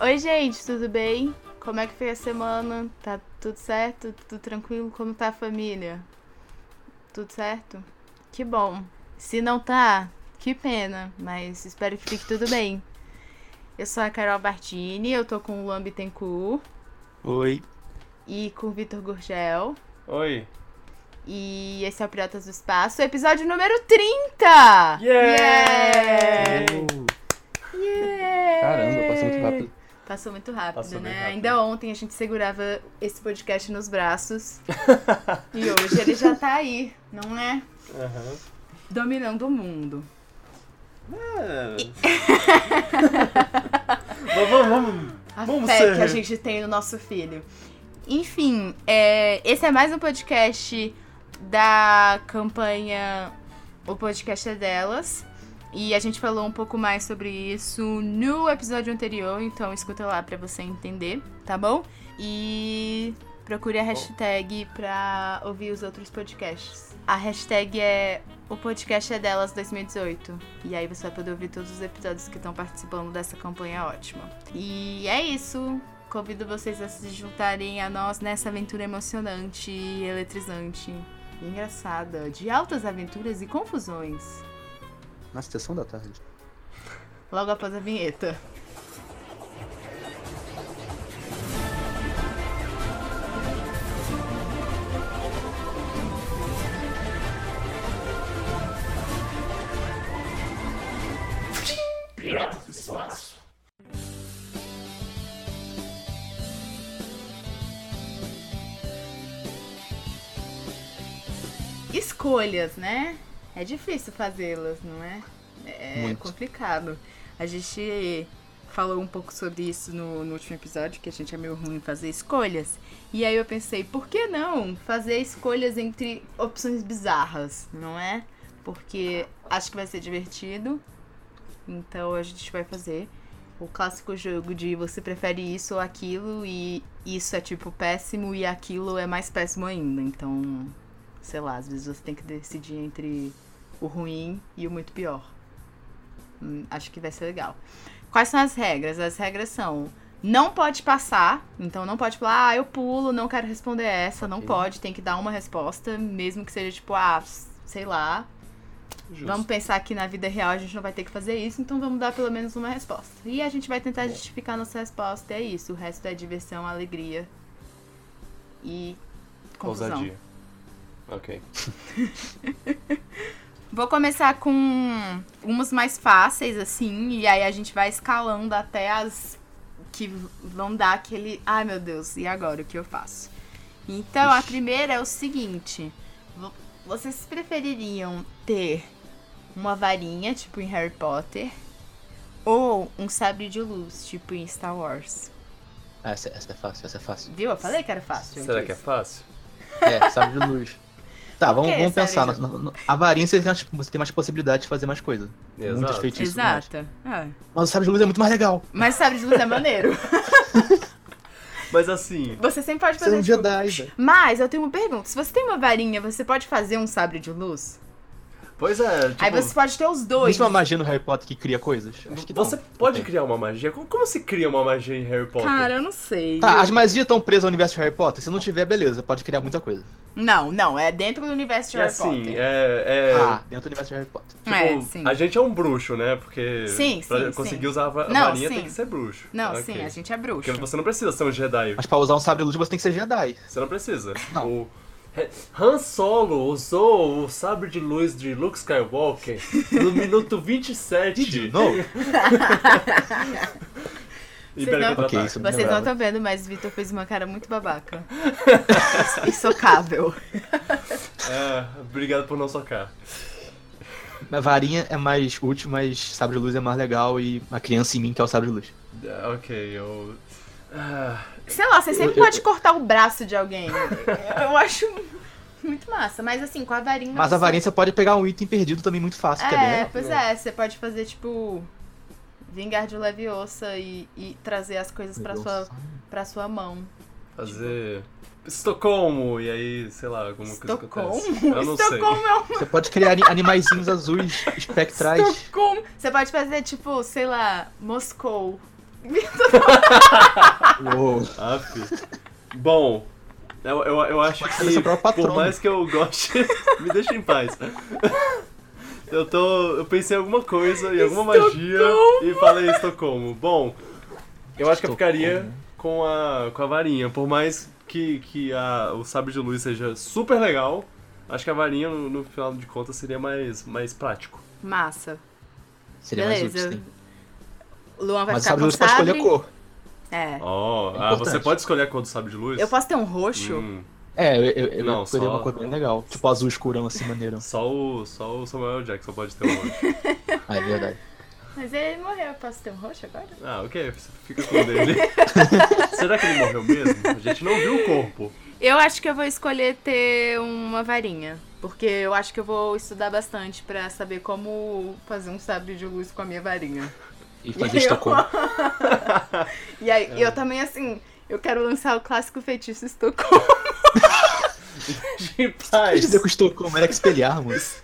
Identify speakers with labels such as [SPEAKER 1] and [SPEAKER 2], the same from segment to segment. [SPEAKER 1] Oi, gente, tudo bem? Como é que foi a semana? Tá tudo certo? Tudo tranquilo? Como tá a família? Tudo certo? Que bom. Se não tá, que pena, mas espero que fique tudo bem. Eu sou a Carol Bartini, eu tô com o Luan Bittencourt
[SPEAKER 2] Oi.
[SPEAKER 1] e com o Vitor Gurgel.
[SPEAKER 3] Oi.
[SPEAKER 1] E esse é o Piratas do Espaço, episódio número 30!
[SPEAKER 3] Yeah!
[SPEAKER 1] Yeah!
[SPEAKER 2] Caramba, passou muito rápido.
[SPEAKER 1] Passou muito rápido,
[SPEAKER 3] Passou bem
[SPEAKER 1] né?
[SPEAKER 3] rápido.
[SPEAKER 1] Ainda ontem a gente segurava esse podcast nos braços. e hoje ele já tá aí, não é?
[SPEAKER 3] Aham.
[SPEAKER 1] Dominando o mundo.
[SPEAKER 3] Ah. vamos, vamos.
[SPEAKER 1] A
[SPEAKER 3] Vamos
[SPEAKER 1] fé
[SPEAKER 3] ser.
[SPEAKER 1] que a gente tem no nosso filho. Enfim, é, esse é mais um podcast da campanha O Podcast é Delas. E a gente falou um pouco mais sobre isso no episódio anterior, então escuta lá pra você entender, tá bom? E procure a hashtag pra ouvir os outros podcasts. A hashtag é O Podcast é Delas 2018. E aí você vai poder ouvir todos os episódios que estão participando dessa campanha ótima. E é isso. Convido vocês a se juntarem a nós nessa aventura emocionante e eletrizante. e Engraçada, de altas aventuras e confusões.
[SPEAKER 2] Na sessão da tarde.
[SPEAKER 1] Logo após a vinheta. Escolhas, né? É difícil fazê-las, não é? É
[SPEAKER 2] Muito.
[SPEAKER 1] complicado. A gente falou um pouco sobre isso no, no último episódio, que a gente é meio ruim em fazer escolhas. E aí eu pensei, por que não fazer escolhas entre opções bizarras, não é? Porque acho que vai ser divertido. Então a gente vai fazer o clássico jogo de você prefere isso ou aquilo e isso é tipo péssimo e aquilo é mais péssimo ainda. Então, sei lá, às vezes você tem que decidir entre o ruim e o muito pior. Hum, acho que vai ser legal. Quais são as regras? As regras são: não pode passar, então não pode falar, ah, eu pulo, não quero responder essa, não
[SPEAKER 2] Ok.
[SPEAKER 1] pode, tem que dar uma resposta, mesmo que seja tipo, ah, sei lá,
[SPEAKER 3] Justo.
[SPEAKER 1] Vamos pensar que na vida real a gente não vai ter que fazer isso, então vamos dar pelo menos uma resposta. E a gente vai tentar justificar nossa resposta, é isso. O resto é diversão, alegria e confusão.
[SPEAKER 3] Ousadia. Ok.
[SPEAKER 1] Vou começar com umas mais fáceis, assim, e aí a gente vai escalando até as que vão dar aquele. Ai meu Deus, e agora o que eu faço? Então a primeira é o seguinte: vo- vocês prefeririam ter uma varinha, tipo em Harry Potter, ou um sabre de luz, tipo em Star Wars?
[SPEAKER 2] Ah, essa, essa é fácil, essa é fácil.
[SPEAKER 1] Viu? Eu falei que era fácil. eu
[SPEAKER 3] Será que é
[SPEAKER 1] disse.
[SPEAKER 3] fácil?
[SPEAKER 2] É, sabre de luz. Tá, vamos,
[SPEAKER 1] que
[SPEAKER 2] vamos
[SPEAKER 1] sabre
[SPEAKER 2] pensar.
[SPEAKER 1] de
[SPEAKER 2] na- na- na- a varinha você tem, mais- você tem mais possibilidade de fazer mais coisa. Muitos
[SPEAKER 3] Exato.
[SPEAKER 2] feitiços. e tudo mais.
[SPEAKER 1] Exato. Ah,
[SPEAKER 2] Mas o sabre de luz é muito mais legal.
[SPEAKER 1] Mas sabre de luz é maneiro.
[SPEAKER 3] Mas assim,
[SPEAKER 1] Você sempre pode
[SPEAKER 2] Você
[SPEAKER 1] fazer
[SPEAKER 2] é um
[SPEAKER 1] tipo,
[SPEAKER 2] Jedi, velho.
[SPEAKER 1] Mas eu tenho uma pergunta: se você tem uma varinha, você pode fazer um sabre de luz?
[SPEAKER 3] pois é, tipo,
[SPEAKER 1] Aí você pode ter os
[SPEAKER 2] Não
[SPEAKER 1] dois.
[SPEAKER 2] existe uma magia no Harry Potter que cria coisas? Acho que não.
[SPEAKER 3] você pode
[SPEAKER 2] Não tem.
[SPEAKER 3] criar uma magia? Como, como se cria uma magia em Harry Potter?
[SPEAKER 1] Cara, eu não sei.
[SPEAKER 2] Tá, as magias estão presas ao universo de Harry Potter. Se não tiver, beleza, pode criar muita coisa.
[SPEAKER 1] Não, não, é dentro do universo de
[SPEAKER 3] e
[SPEAKER 1] Harry
[SPEAKER 3] assim,
[SPEAKER 1] Potter.
[SPEAKER 3] é. é...
[SPEAKER 2] Ah, dentro do universo de Harry Potter.
[SPEAKER 3] Tipo,
[SPEAKER 1] É, sim.
[SPEAKER 3] a gente é um bruxo, né? Porque
[SPEAKER 1] Sim,
[SPEAKER 3] pra
[SPEAKER 1] sim,
[SPEAKER 3] conseguir
[SPEAKER 1] sim.
[SPEAKER 3] usar a va-
[SPEAKER 1] Não,
[SPEAKER 3] varinha
[SPEAKER 1] sim.
[SPEAKER 3] tem que ser bruxo.
[SPEAKER 1] Não,
[SPEAKER 3] Ok.
[SPEAKER 1] sim, a gente é bruxo.
[SPEAKER 3] Porque você não precisa ser um Jedi.
[SPEAKER 2] Mas pra usar um sabre de luz você tem que ser Jedi.
[SPEAKER 3] Você não precisa.
[SPEAKER 2] Não.
[SPEAKER 3] O Han Solo usou o sabre de luz de Luke Skywalker no minuto 27.
[SPEAKER 2] Did you know?
[SPEAKER 3] Império
[SPEAKER 1] Senão-
[SPEAKER 3] Contra-Ataca.
[SPEAKER 2] Ok, isso
[SPEAKER 1] Vocês
[SPEAKER 2] lembrava.
[SPEAKER 1] não estão vendo, mas o Vitor fez uma cara muito babaca. Insocável.
[SPEAKER 3] É, obrigado por não socar.
[SPEAKER 2] A varinha é mais útil, mas sabre de luz é mais legal e a criança em mim quer o sabre de luz.
[SPEAKER 3] É, ok, eu. Ah,
[SPEAKER 1] Sei lá, você sempre
[SPEAKER 2] Eu- eu-
[SPEAKER 1] pode cortar o braço de alguém. Eu acho muito massa. Mas assim, com a varinha.
[SPEAKER 2] Mas
[SPEAKER 1] você-
[SPEAKER 2] a varinha você pode pegar um item perdido também muito fácil, que é bem
[SPEAKER 1] É,
[SPEAKER 2] legal.
[SPEAKER 1] pois é, você pode fazer tipo. Vingar de Leviosa e, e trazer as coisas pra sua, pra sua mão.
[SPEAKER 3] fazer. Estocolmo, e aí, sei lá, alguma
[SPEAKER 1] Estocolmo?
[SPEAKER 3] coisa acontece. Eu não
[SPEAKER 1] Estocolmo é
[SPEAKER 2] Você pode criar ani- animaizinhos azuis espectrais.
[SPEAKER 1] Estocolmo. Você pode fazer, tipo, sei lá, Moscou.
[SPEAKER 2] Uou.
[SPEAKER 3] Aff. Bom, eu, eu, eu acho
[SPEAKER 2] Pode ser
[SPEAKER 3] que
[SPEAKER 2] seu próprio
[SPEAKER 3] por
[SPEAKER 2] patrono.
[SPEAKER 3] mais que eu goste, me deixa em paz. Eu tô, eu pensei em alguma coisa, em alguma magia e falei Estocolmo. Bom, eu acho que eu
[SPEAKER 2] né?
[SPEAKER 3] ficaria com a com a varinha, por mais que que a, o sabre de luz seja super legal, acho que a varinha no, no final de contas seria mais mais prático.
[SPEAKER 1] Massa.
[SPEAKER 2] Seria mais
[SPEAKER 1] Beleza.
[SPEAKER 2] útil, sim.
[SPEAKER 1] Luan vai
[SPEAKER 2] Mas o
[SPEAKER 1] ficar
[SPEAKER 2] sabre de
[SPEAKER 1] com
[SPEAKER 2] luz pode escolher a cor.
[SPEAKER 1] É.
[SPEAKER 3] Oh,
[SPEAKER 2] É
[SPEAKER 3] ah, você
[SPEAKER 2] importante.
[SPEAKER 3] pode escolher a cor do sabre de luz?
[SPEAKER 1] Eu posso ter um roxo?
[SPEAKER 3] Hum,
[SPEAKER 2] É, eu, eu, eu
[SPEAKER 3] Não,
[SPEAKER 2] escolhi
[SPEAKER 3] só-
[SPEAKER 2] uma cor bem legal. Tipo azul escurão, assim, maneirão.
[SPEAKER 3] só o só o Samuel Jackson pode ter um.
[SPEAKER 2] Ah, é verdade.
[SPEAKER 1] Mas ele morreu. Eu posso ter um roxo agora?
[SPEAKER 3] Ah, ok, você fica com o dele. Será que ele morreu mesmo? A gente não viu o corpo.
[SPEAKER 1] Eu acho que eu vou escolher ter uma varinha. Porque eu acho que eu vou estudar bastante pra saber como fazer um sabre de luz com a minha varinha.
[SPEAKER 2] E fazer
[SPEAKER 3] tá
[SPEAKER 2] Estocolmo.
[SPEAKER 1] E aí,
[SPEAKER 3] É.
[SPEAKER 1] eu também, assim, eu quero lançar o clássico feitiço Estocolmo.
[SPEAKER 3] De
[SPEAKER 2] Quer dizer
[SPEAKER 3] paz.
[SPEAKER 2] que o Estocolmo era Expelliarmus.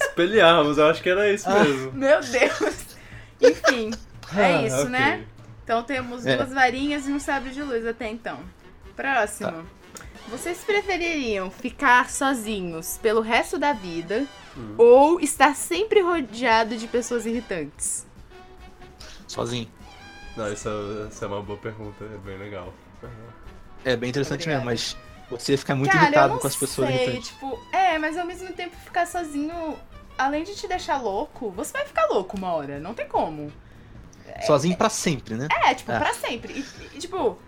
[SPEAKER 3] Espelharmos, eu acho que era isso mesmo.
[SPEAKER 1] Meu Deus! Enfim,
[SPEAKER 3] Ah,
[SPEAKER 1] é isso,
[SPEAKER 3] ok.
[SPEAKER 1] né? Então temos
[SPEAKER 2] É.
[SPEAKER 1] duas varinhas e um sabre de luz até então. Próximo.
[SPEAKER 2] Tá.
[SPEAKER 1] Vocês prefeririam ficar sozinhos pelo resto da vida
[SPEAKER 2] Hum.
[SPEAKER 1] ou estar sempre rodeado de pessoas irritantes?
[SPEAKER 2] Sozinho.
[SPEAKER 3] Não, isso é, isso é uma boa pergunta, é bem legal.
[SPEAKER 2] É bem interessante
[SPEAKER 1] Obrigada.
[SPEAKER 2] mesmo, mas você fica muito
[SPEAKER 1] Cara, eu
[SPEAKER 2] irritado
[SPEAKER 1] não
[SPEAKER 2] com as pessoas
[SPEAKER 1] sei,
[SPEAKER 2] irritantes.
[SPEAKER 1] tipo, é, mas ao mesmo tempo ficar sozinho, além de te deixar louco, você vai ficar louco uma hora, não tem como.
[SPEAKER 2] Sozinho pra sempre, né?
[SPEAKER 1] É, tipo,
[SPEAKER 2] É.
[SPEAKER 1] pra sempre. E, e, tipo,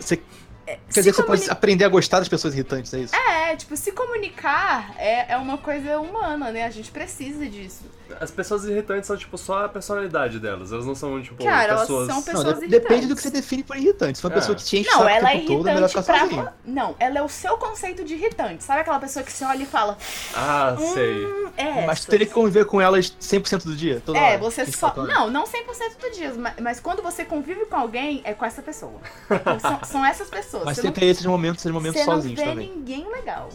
[SPEAKER 1] é,
[SPEAKER 2] Você,
[SPEAKER 1] se
[SPEAKER 2] quer dizer que você
[SPEAKER 1] comuni-
[SPEAKER 2] pode aprender a gostar das pessoas irritantes, é isso?
[SPEAKER 1] É, tipo, se comunicar é, é uma coisa humana, né? A gente precisa disso.
[SPEAKER 3] As pessoas irritantes são, tipo, só a personalidade delas. Elas não são, tipo,
[SPEAKER 1] Cara, elas
[SPEAKER 3] pessoas...
[SPEAKER 1] são pe-
[SPEAKER 2] Não,
[SPEAKER 1] pessoas
[SPEAKER 2] de- depende do
[SPEAKER 1] irritantes.
[SPEAKER 2] que você define por irritante. Se for uma
[SPEAKER 3] É.
[SPEAKER 2] pessoa que te enche o
[SPEAKER 1] não,
[SPEAKER 2] saco
[SPEAKER 1] ela
[SPEAKER 2] o
[SPEAKER 1] é
[SPEAKER 2] tempo todo, é melhor
[SPEAKER 1] irritante
[SPEAKER 2] ficar
[SPEAKER 1] pra.
[SPEAKER 2] sozinho.
[SPEAKER 1] Não, ela é o seu conceito de irritante. Sabe aquela pessoa que você olha e fala,
[SPEAKER 3] Ah, sei.
[SPEAKER 1] "Hum, é.
[SPEAKER 2] Mas tu
[SPEAKER 1] essa."
[SPEAKER 2] teria que conviver com elas 100% do dia? Toda
[SPEAKER 1] É,
[SPEAKER 2] hora,
[SPEAKER 1] você
[SPEAKER 2] 24
[SPEAKER 1] só.
[SPEAKER 2] horas.
[SPEAKER 1] Não, não 100% do dia, mas, mas quando você convive com alguém, é com essa pessoa. Então, são, são essas pessoas.
[SPEAKER 2] Mas
[SPEAKER 1] você
[SPEAKER 2] você
[SPEAKER 1] não,
[SPEAKER 2] tem esses momentos, esses momentos
[SPEAKER 1] você não
[SPEAKER 2] sozinhos
[SPEAKER 1] vê
[SPEAKER 2] também.
[SPEAKER 1] ninguém legal.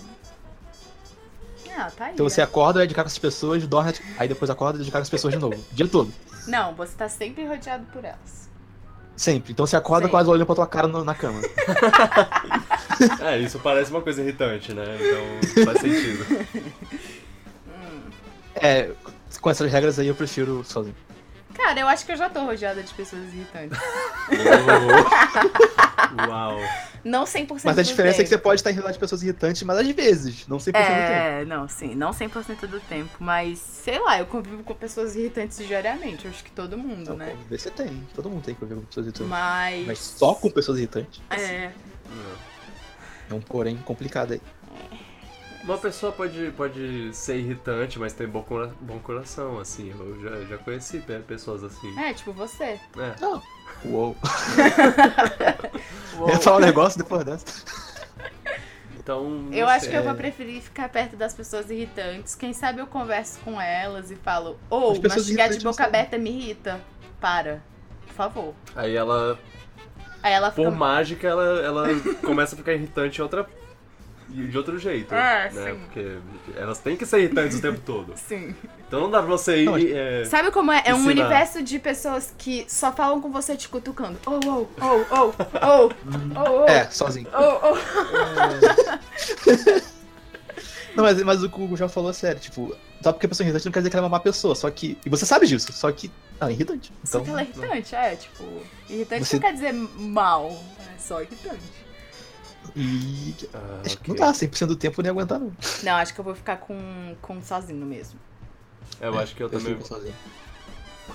[SPEAKER 1] Ah, tá aí.
[SPEAKER 2] Então
[SPEAKER 1] ó.
[SPEAKER 2] você acorda, vai de cara com as pessoas, dorme, aí depois acorda e de cara com as pessoas de novo. O dia todo.
[SPEAKER 1] Não, você tá sempre rodeado por elas.
[SPEAKER 2] Sempre. Então você acorda
[SPEAKER 1] Sempre.
[SPEAKER 2] quase olhando pra tua cara no- na cama.
[SPEAKER 3] É, isso parece uma coisa irritante, né? Então faz sentido.
[SPEAKER 2] é, com essas regras aí eu prefiro sozinho.
[SPEAKER 1] Cara, eu acho que eu já tô rodeada de pessoas irritantes.
[SPEAKER 3] Uau.
[SPEAKER 1] Não 100%
[SPEAKER 2] Mas a diferença é que
[SPEAKER 1] do
[SPEAKER 2] você pode estar enrolado de pessoas irritantes, mas às vezes, não 100%
[SPEAKER 1] tempo.
[SPEAKER 2] do tempo.
[SPEAKER 1] É, não, sim, não 100% do tempo, mas sei lá, eu convivo com pessoas irritantes diariamente, eu acho que todo mundo,
[SPEAKER 2] Então,
[SPEAKER 1] né?
[SPEAKER 2] pô, você tem, todo mundo tem que conviver com pessoas irritantes.
[SPEAKER 1] Mas.
[SPEAKER 2] Mas só com pessoas irritantes.
[SPEAKER 1] É,
[SPEAKER 2] É um porém complicado aí.
[SPEAKER 3] Uma pessoa pode, pode ser irritante, mas tem bom, cora- bom coração, assim. Eu já, já conheci pe- pessoas assim.
[SPEAKER 1] é, tipo você.
[SPEAKER 3] É.
[SPEAKER 2] Não. Uou.
[SPEAKER 1] Uou.
[SPEAKER 2] Eu ia falar um negócio depois dessa.
[SPEAKER 3] Então. não
[SPEAKER 1] Eu acho
[SPEAKER 3] sei.
[SPEAKER 1] que eu vou preferir ficar perto das pessoas irritantes. Quem sabe eu converso com elas e falo, ou
[SPEAKER 2] As pessoas
[SPEAKER 1] mastigar de
[SPEAKER 2] irritantes
[SPEAKER 1] boca
[SPEAKER 2] não sabem.
[SPEAKER 1] aberta me irrita. Para. Por favor.
[SPEAKER 3] Aí ela,
[SPEAKER 1] Aí ela fica.
[SPEAKER 3] por mágica, ela, ela começa a ficar irritante em outra, de outro jeito.
[SPEAKER 1] É,
[SPEAKER 3] né?
[SPEAKER 1] sim.
[SPEAKER 3] Porque elas têm que ser irritantes o tempo todo.
[SPEAKER 1] Sim.
[SPEAKER 3] Então não dá pra você
[SPEAKER 2] Não,
[SPEAKER 3] ir. é,
[SPEAKER 1] Sabe como é? É um
[SPEAKER 3] Ensinar.
[SPEAKER 1] universo de pessoas que só falam com você te cutucando. Oh, oh, oh, oh, oh, oh, oh.
[SPEAKER 2] É, sozinho.
[SPEAKER 1] Oh, oh.
[SPEAKER 2] Não, mas, mas o que o Hugo já falou é sério, tipo, só porque a pessoa é irritante não quer dizer que ela é uma má pessoa, só que. E você sabe disso, só que. Ela é irritante.
[SPEAKER 1] Só
[SPEAKER 2] Então.
[SPEAKER 1] que ela é irritante, é, tipo. Irritante
[SPEAKER 2] Você-
[SPEAKER 1] não quer dizer mal, é só irritante.
[SPEAKER 2] E.
[SPEAKER 3] ah,
[SPEAKER 2] Acho que
[SPEAKER 3] ok.
[SPEAKER 2] não dá, 100% do tempo eu nem aguentar, não.
[SPEAKER 1] Não, acho que eu vou ficar com, com sozinho mesmo.
[SPEAKER 3] Eu acho que eu, também.
[SPEAKER 2] fico sozinho.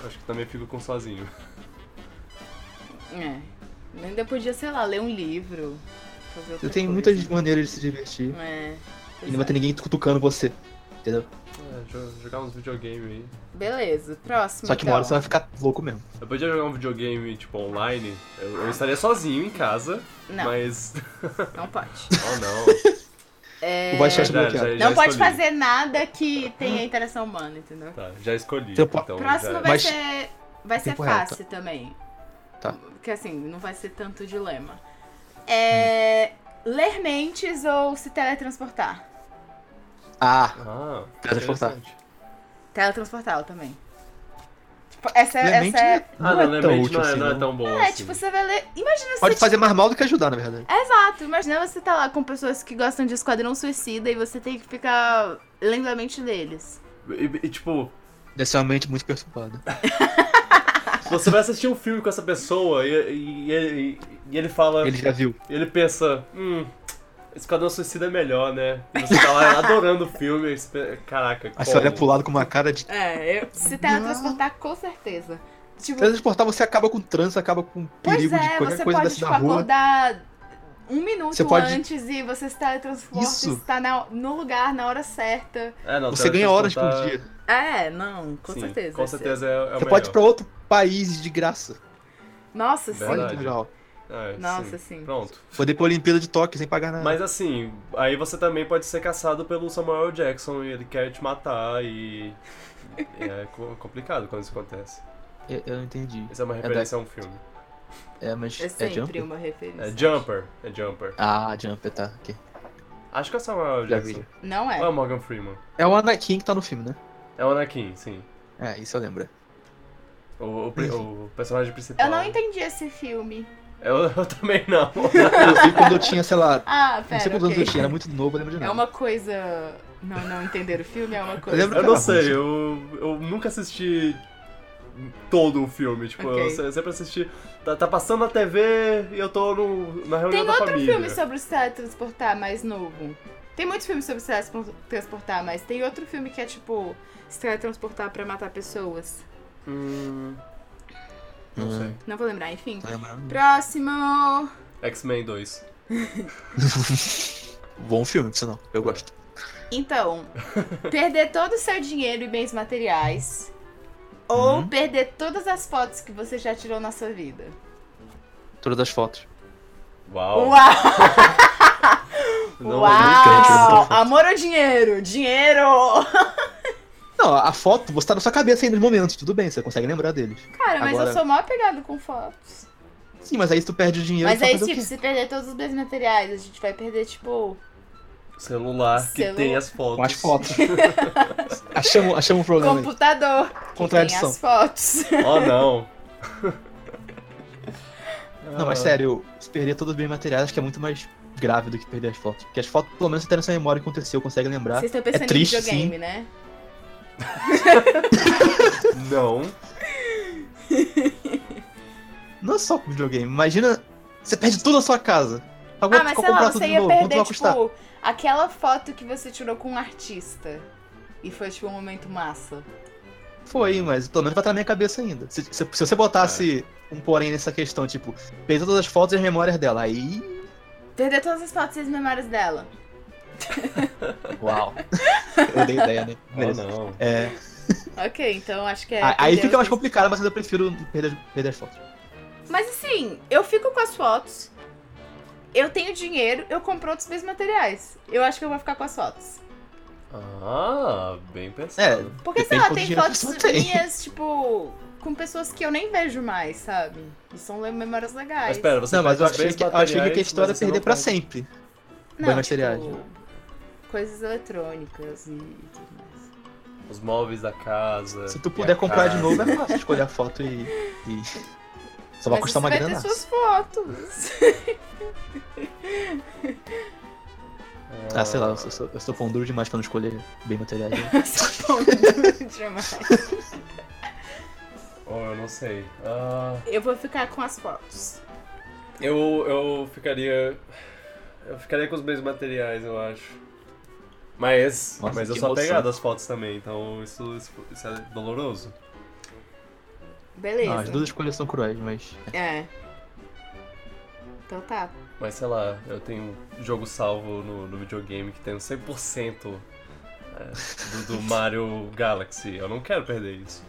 [SPEAKER 3] Acho que também fico com sozinho.
[SPEAKER 1] É. Ainda podia, sei lá, ler um livro. Fazer outra
[SPEAKER 2] Você tem
[SPEAKER 1] coisa.
[SPEAKER 2] muitas maneiras de se divertir.
[SPEAKER 1] É.
[SPEAKER 2] E não vai ter ninguém cutucando você. Entendeu?
[SPEAKER 3] É, jo- jogar uns videogame aí.
[SPEAKER 1] Beleza, próximo.
[SPEAKER 2] Só que uma
[SPEAKER 1] então.
[SPEAKER 2] hora você vai ficar louco mesmo.
[SPEAKER 3] Eu podia jogar um videogame, tipo, online. Eu, eu estaria sozinho em casa,
[SPEAKER 1] Não,
[SPEAKER 3] mas.
[SPEAKER 1] não pode.
[SPEAKER 3] Oh não.
[SPEAKER 2] O podcast é
[SPEAKER 3] Já- já-
[SPEAKER 2] bloqueado.
[SPEAKER 3] já
[SPEAKER 1] Não pode
[SPEAKER 3] escolhi.
[SPEAKER 1] fazer nada que tenha interação humana, entendeu?
[SPEAKER 3] Tá, já escolhi.
[SPEAKER 2] Então, pô-
[SPEAKER 3] então,
[SPEAKER 1] Próximo
[SPEAKER 3] já-
[SPEAKER 1] vai
[SPEAKER 2] Mas-
[SPEAKER 1] ser. Vai ser
[SPEAKER 2] Tempo real, tá.
[SPEAKER 1] fácil também.
[SPEAKER 2] Tá.
[SPEAKER 1] Porque assim, não vai ser tanto dilema.
[SPEAKER 2] Hum.
[SPEAKER 1] É. Ler mentes ou se teletransportar?
[SPEAKER 2] Ah,
[SPEAKER 3] Ah,
[SPEAKER 2] Teletransportar.
[SPEAKER 3] interessante.
[SPEAKER 1] Teletransportar eu também. Tipo, Essa,
[SPEAKER 2] Lemente
[SPEAKER 1] essa é.
[SPEAKER 3] Ah, não, não, é
[SPEAKER 2] tão
[SPEAKER 3] mente
[SPEAKER 2] útil
[SPEAKER 3] não, é,
[SPEAKER 2] assim,
[SPEAKER 3] não é
[SPEAKER 2] né?
[SPEAKER 3] tão bom.
[SPEAKER 1] É,
[SPEAKER 3] assim.
[SPEAKER 1] tipo, você vai ler. Imagina
[SPEAKER 2] Pode
[SPEAKER 1] você. É.
[SPEAKER 2] fazer mais mal do que ajudar, na verdade.
[SPEAKER 1] Exato, imagina você tá lá com pessoas que gostam de Esquadrão Suicida e você tem que ficar lendo a mente deles.
[SPEAKER 3] E- e, tipo,
[SPEAKER 2] Deve ser uma mente muito perturbada.
[SPEAKER 3] você vai assistir um filme com essa pessoa e, e- e ele- e ele
[SPEAKER 1] É.
[SPEAKER 3] fala.
[SPEAKER 2] Ele já viu.
[SPEAKER 3] Ele pensa, hum, Esquadrão Suicida é melhor, né? E você tá lá adorando o filme. e espe- Caraca,
[SPEAKER 2] Aí você
[SPEAKER 3] como?
[SPEAKER 2] olha pro lado com uma cara de.
[SPEAKER 1] É, eu. Se teletransportar, com certeza. Tipo,
[SPEAKER 2] Transportar, você acaba com trânsito, acaba com
[SPEAKER 1] pois
[SPEAKER 2] perigo de
[SPEAKER 1] é,
[SPEAKER 2] qualquer
[SPEAKER 1] você
[SPEAKER 2] coisa
[SPEAKER 1] pode,
[SPEAKER 2] dessa
[SPEAKER 1] tipo,
[SPEAKER 2] da rua.
[SPEAKER 1] acordar um minuto
[SPEAKER 2] Você pode-
[SPEAKER 1] antes e você se teletransporta
[SPEAKER 2] Isso.
[SPEAKER 1] e está na- no lugar, na hora certa.
[SPEAKER 3] É, não,
[SPEAKER 2] Você ganha horas por
[SPEAKER 3] teletransportar-
[SPEAKER 2] dia.
[SPEAKER 1] É, não, com
[SPEAKER 3] Sim,
[SPEAKER 1] certeza.
[SPEAKER 3] tá Com certeza é, é o
[SPEAKER 2] Você
[SPEAKER 3] melhor.
[SPEAKER 2] pode ir pra outro país de graça.
[SPEAKER 1] Nossa, sim.
[SPEAKER 2] Olha
[SPEAKER 3] Verdade.
[SPEAKER 2] que legal.
[SPEAKER 3] É,
[SPEAKER 1] Nossa,
[SPEAKER 3] sim.
[SPEAKER 1] sim.
[SPEAKER 3] Pronto.
[SPEAKER 2] Poder pra Olimpíada de Tóquio sem pagar nada.
[SPEAKER 3] Mas assim, aí você também pode ser caçado pelo Samuel Jackson e ele quer te matar e. É co- complicado quando isso acontece.
[SPEAKER 2] Eu, eu não entendi.
[SPEAKER 3] Isso é uma referência a um filme.
[SPEAKER 2] É, mas.
[SPEAKER 1] É sempre
[SPEAKER 2] Jumper?
[SPEAKER 1] uma referência.
[SPEAKER 3] É Jumper. É Jumper.
[SPEAKER 2] Ah, Jumper, tá. ok.
[SPEAKER 3] Acho que é o Samuel
[SPEAKER 2] Já vi.
[SPEAKER 3] Jackson.
[SPEAKER 1] Não é.
[SPEAKER 3] Ou é o Morgan Freeman?
[SPEAKER 2] É o Anakin que tá no filme, né?
[SPEAKER 3] É o Anakin, sim.
[SPEAKER 2] É, isso eu lembro.
[SPEAKER 3] O, o pri- o personagem principal.
[SPEAKER 1] Eu não entendi esse filme.
[SPEAKER 3] Eu, eu também não.
[SPEAKER 2] Eu vi quando eu tinha, sei lá.
[SPEAKER 1] Ah,
[SPEAKER 2] Não sei
[SPEAKER 1] pera,
[SPEAKER 2] quantos anos
[SPEAKER 1] ok.
[SPEAKER 2] eu tinha, né? era muito novo, eu lembro de
[SPEAKER 1] É
[SPEAKER 2] nada.
[SPEAKER 1] uma coisa. Não, não entender o filme é uma coisa.
[SPEAKER 2] lembro-
[SPEAKER 3] Eu não sei, eu, eu nunca assisti todo o filme. Tipo,
[SPEAKER 1] Ok.
[SPEAKER 3] eu se- sempre assisti. Tá, tá passando na TV e eu tô no, na
[SPEAKER 1] Tem
[SPEAKER 3] reunião da
[SPEAKER 1] outro
[SPEAKER 3] família.
[SPEAKER 1] filme sobre se teletransportar mais novo. Tem muitos filmes sobre se teletransportar, mas tem outro filme que é tipo se teletransportar pra matar pessoas.
[SPEAKER 3] Hum, não sei.
[SPEAKER 1] Não vou lembrar, enfim.
[SPEAKER 2] Não lembro, não.
[SPEAKER 1] Próximo!
[SPEAKER 3] É. X-Men 2.
[SPEAKER 2] Bom um filme, por sinal. Eu gosto.
[SPEAKER 1] Então, perder todo o seu dinheiro e bens materiais. Ou
[SPEAKER 2] Uhum.
[SPEAKER 1] perder todas as fotos que você já tirou na sua vida.
[SPEAKER 2] Todas as fotos.
[SPEAKER 3] Uau!
[SPEAKER 1] Uau!
[SPEAKER 3] Não, é
[SPEAKER 2] acredito que eu tirei muita
[SPEAKER 1] Uau!
[SPEAKER 2] foto.
[SPEAKER 1] Amor ou dinheiro? Dinheiro!
[SPEAKER 2] Não, a foto, você tá na sua cabeça ainda nos momentos, tudo bem, você consegue lembrar deles.
[SPEAKER 1] Cara, mas
[SPEAKER 2] Agora-
[SPEAKER 1] eu sou mó apegado com fotos.
[SPEAKER 2] Sim, mas aí se tu perde o dinheiro,
[SPEAKER 1] Mas
[SPEAKER 2] tu vai
[SPEAKER 1] aí,
[SPEAKER 2] fazer
[SPEAKER 1] tipo,
[SPEAKER 2] o quê?
[SPEAKER 1] se perder todos os bens materiais, a gente vai perder, tipo.
[SPEAKER 3] Celular que
[SPEAKER 1] Celu-
[SPEAKER 3] tem as fotos.
[SPEAKER 2] Com as fotos. achamos, achamos um problema aí.
[SPEAKER 1] computador. Que tem
[SPEAKER 2] Contradição.
[SPEAKER 1] as fotos.
[SPEAKER 3] Oh, não.
[SPEAKER 2] Não, mas
[SPEAKER 3] Ah,
[SPEAKER 2] sério, eu- se perder todos os bens materiais, acho que é muito mais grave do que perder as fotos. Porque as fotos, pelo menos, você tem na sua memória o que aconteceu, consegue lembrar.
[SPEAKER 1] Vocês estão pensando
[SPEAKER 2] é triste,
[SPEAKER 1] em videogame, né?
[SPEAKER 3] Não.
[SPEAKER 2] Não é só com videogame. Imagina, você perde tudo na sua casa. Agora
[SPEAKER 1] ah, mas
[SPEAKER 2] tu
[SPEAKER 1] sei lá,
[SPEAKER 2] comprar tudo
[SPEAKER 1] você
[SPEAKER 2] de
[SPEAKER 1] ia
[SPEAKER 2] novo, quanto
[SPEAKER 1] perder,
[SPEAKER 2] vai custar?
[SPEAKER 1] tipo, aquela foto que você tirou com um artista. E foi, tipo, um momento massa.
[SPEAKER 2] Foi, mas pelo menos vai estar na minha cabeça ainda. Se, se- se você botasse
[SPEAKER 3] É.
[SPEAKER 2] um porém nessa questão, tipo, fez todas as fotos e as memórias dela, aí.
[SPEAKER 1] Perder todas as fotos e as memórias dela.
[SPEAKER 2] Uau! eu dei ideia, né?
[SPEAKER 3] Oh,
[SPEAKER 2] Beleza.
[SPEAKER 3] não.
[SPEAKER 2] É,
[SPEAKER 1] Ok, então acho que é.
[SPEAKER 2] a- aí
[SPEAKER 1] perder
[SPEAKER 2] fica
[SPEAKER 1] os
[SPEAKER 2] mais
[SPEAKER 1] bens-
[SPEAKER 2] complicado, mas eu prefiro perder, as- perder as fotos.
[SPEAKER 1] Mas assim, eu fico com as fotos. Eu tenho dinheiro, eu compro outros bens materiais. Eu acho que eu vou ficar com as fotos.
[SPEAKER 3] Ah, bem
[SPEAKER 2] É,
[SPEAKER 3] pensado.
[SPEAKER 1] Porque,
[SPEAKER 2] Depende
[SPEAKER 1] sei
[SPEAKER 2] de
[SPEAKER 1] lá,
[SPEAKER 2] quanto
[SPEAKER 1] tem
[SPEAKER 2] dinheiro a pessoa
[SPEAKER 1] fotos
[SPEAKER 2] tem.
[SPEAKER 1] minhas, tipo, com pessoas que eu nem vejo mais, sabe? E são le- memórias legais.
[SPEAKER 3] Mas pera, você
[SPEAKER 2] Não, mas eu
[SPEAKER 3] perde
[SPEAKER 2] achei que, eu
[SPEAKER 3] bens
[SPEAKER 2] achei que a questão
[SPEAKER 3] materiais,
[SPEAKER 2] era
[SPEAKER 3] mas você não
[SPEAKER 2] perder pra
[SPEAKER 3] perde-
[SPEAKER 2] sempre.
[SPEAKER 1] Não,
[SPEAKER 2] bens materiais,
[SPEAKER 1] tipo,
[SPEAKER 2] né?
[SPEAKER 1] coisas eletrônicas e tudo mais.
[SPEAKER 3] Os móveis da casa.
[SPEAKER 2] Se tu
[SPEAKER 3] e a
[SPEAKER 2] puder comprar de
[SPEAKER 3] casa.
[SPEAKER 2] novo, é fácil escolher a foto e. e- Só vai
[SPEAKER 1] Mas
[SPEAKER 2] custar
[SPEAKER 1] você
[SPEAKER 2] uma
[SPEAKER 1] vai
[SPEAKER 2] grana.
[SPEAKER 1] ter suas fotos.
[SPEAKER 2] Ah, sei lá, eu sou, eu sou pão duro demais pra não escolher bem materiais.
[SPEAKER 1] Só bom demais.
[SPEAKER 3] Oh, eu não sei. Ah,
[SPEAKER 1] Eu vou ficar com as fotos.
[SPEAKER 3] eu, eu ficaria. Eu ficaria com os mesmos materiais, eu acho. Mas,
[SPEAKER 2] Nossa,
[SPEAKER 3] mas eu
[SPEAKER 2] que
[SPEAKER 3] sou
[SPEAKER 2] emoção.
[SPEAKER 3] apegado às fotos também, então isso, isso, isso é doloroso.
[SPEAKER 1] Beleza.
[SPEAKER 2] Não, as duas escolhas são cruéis, mas.
[SPEAKER 1] É. Então tá.
[SPEAKER 3] Mas sei lá, eu tenho jogo salvo no, no videogame que tem 100% é, do, do Mario Galaxy. Eu não quero perder isso.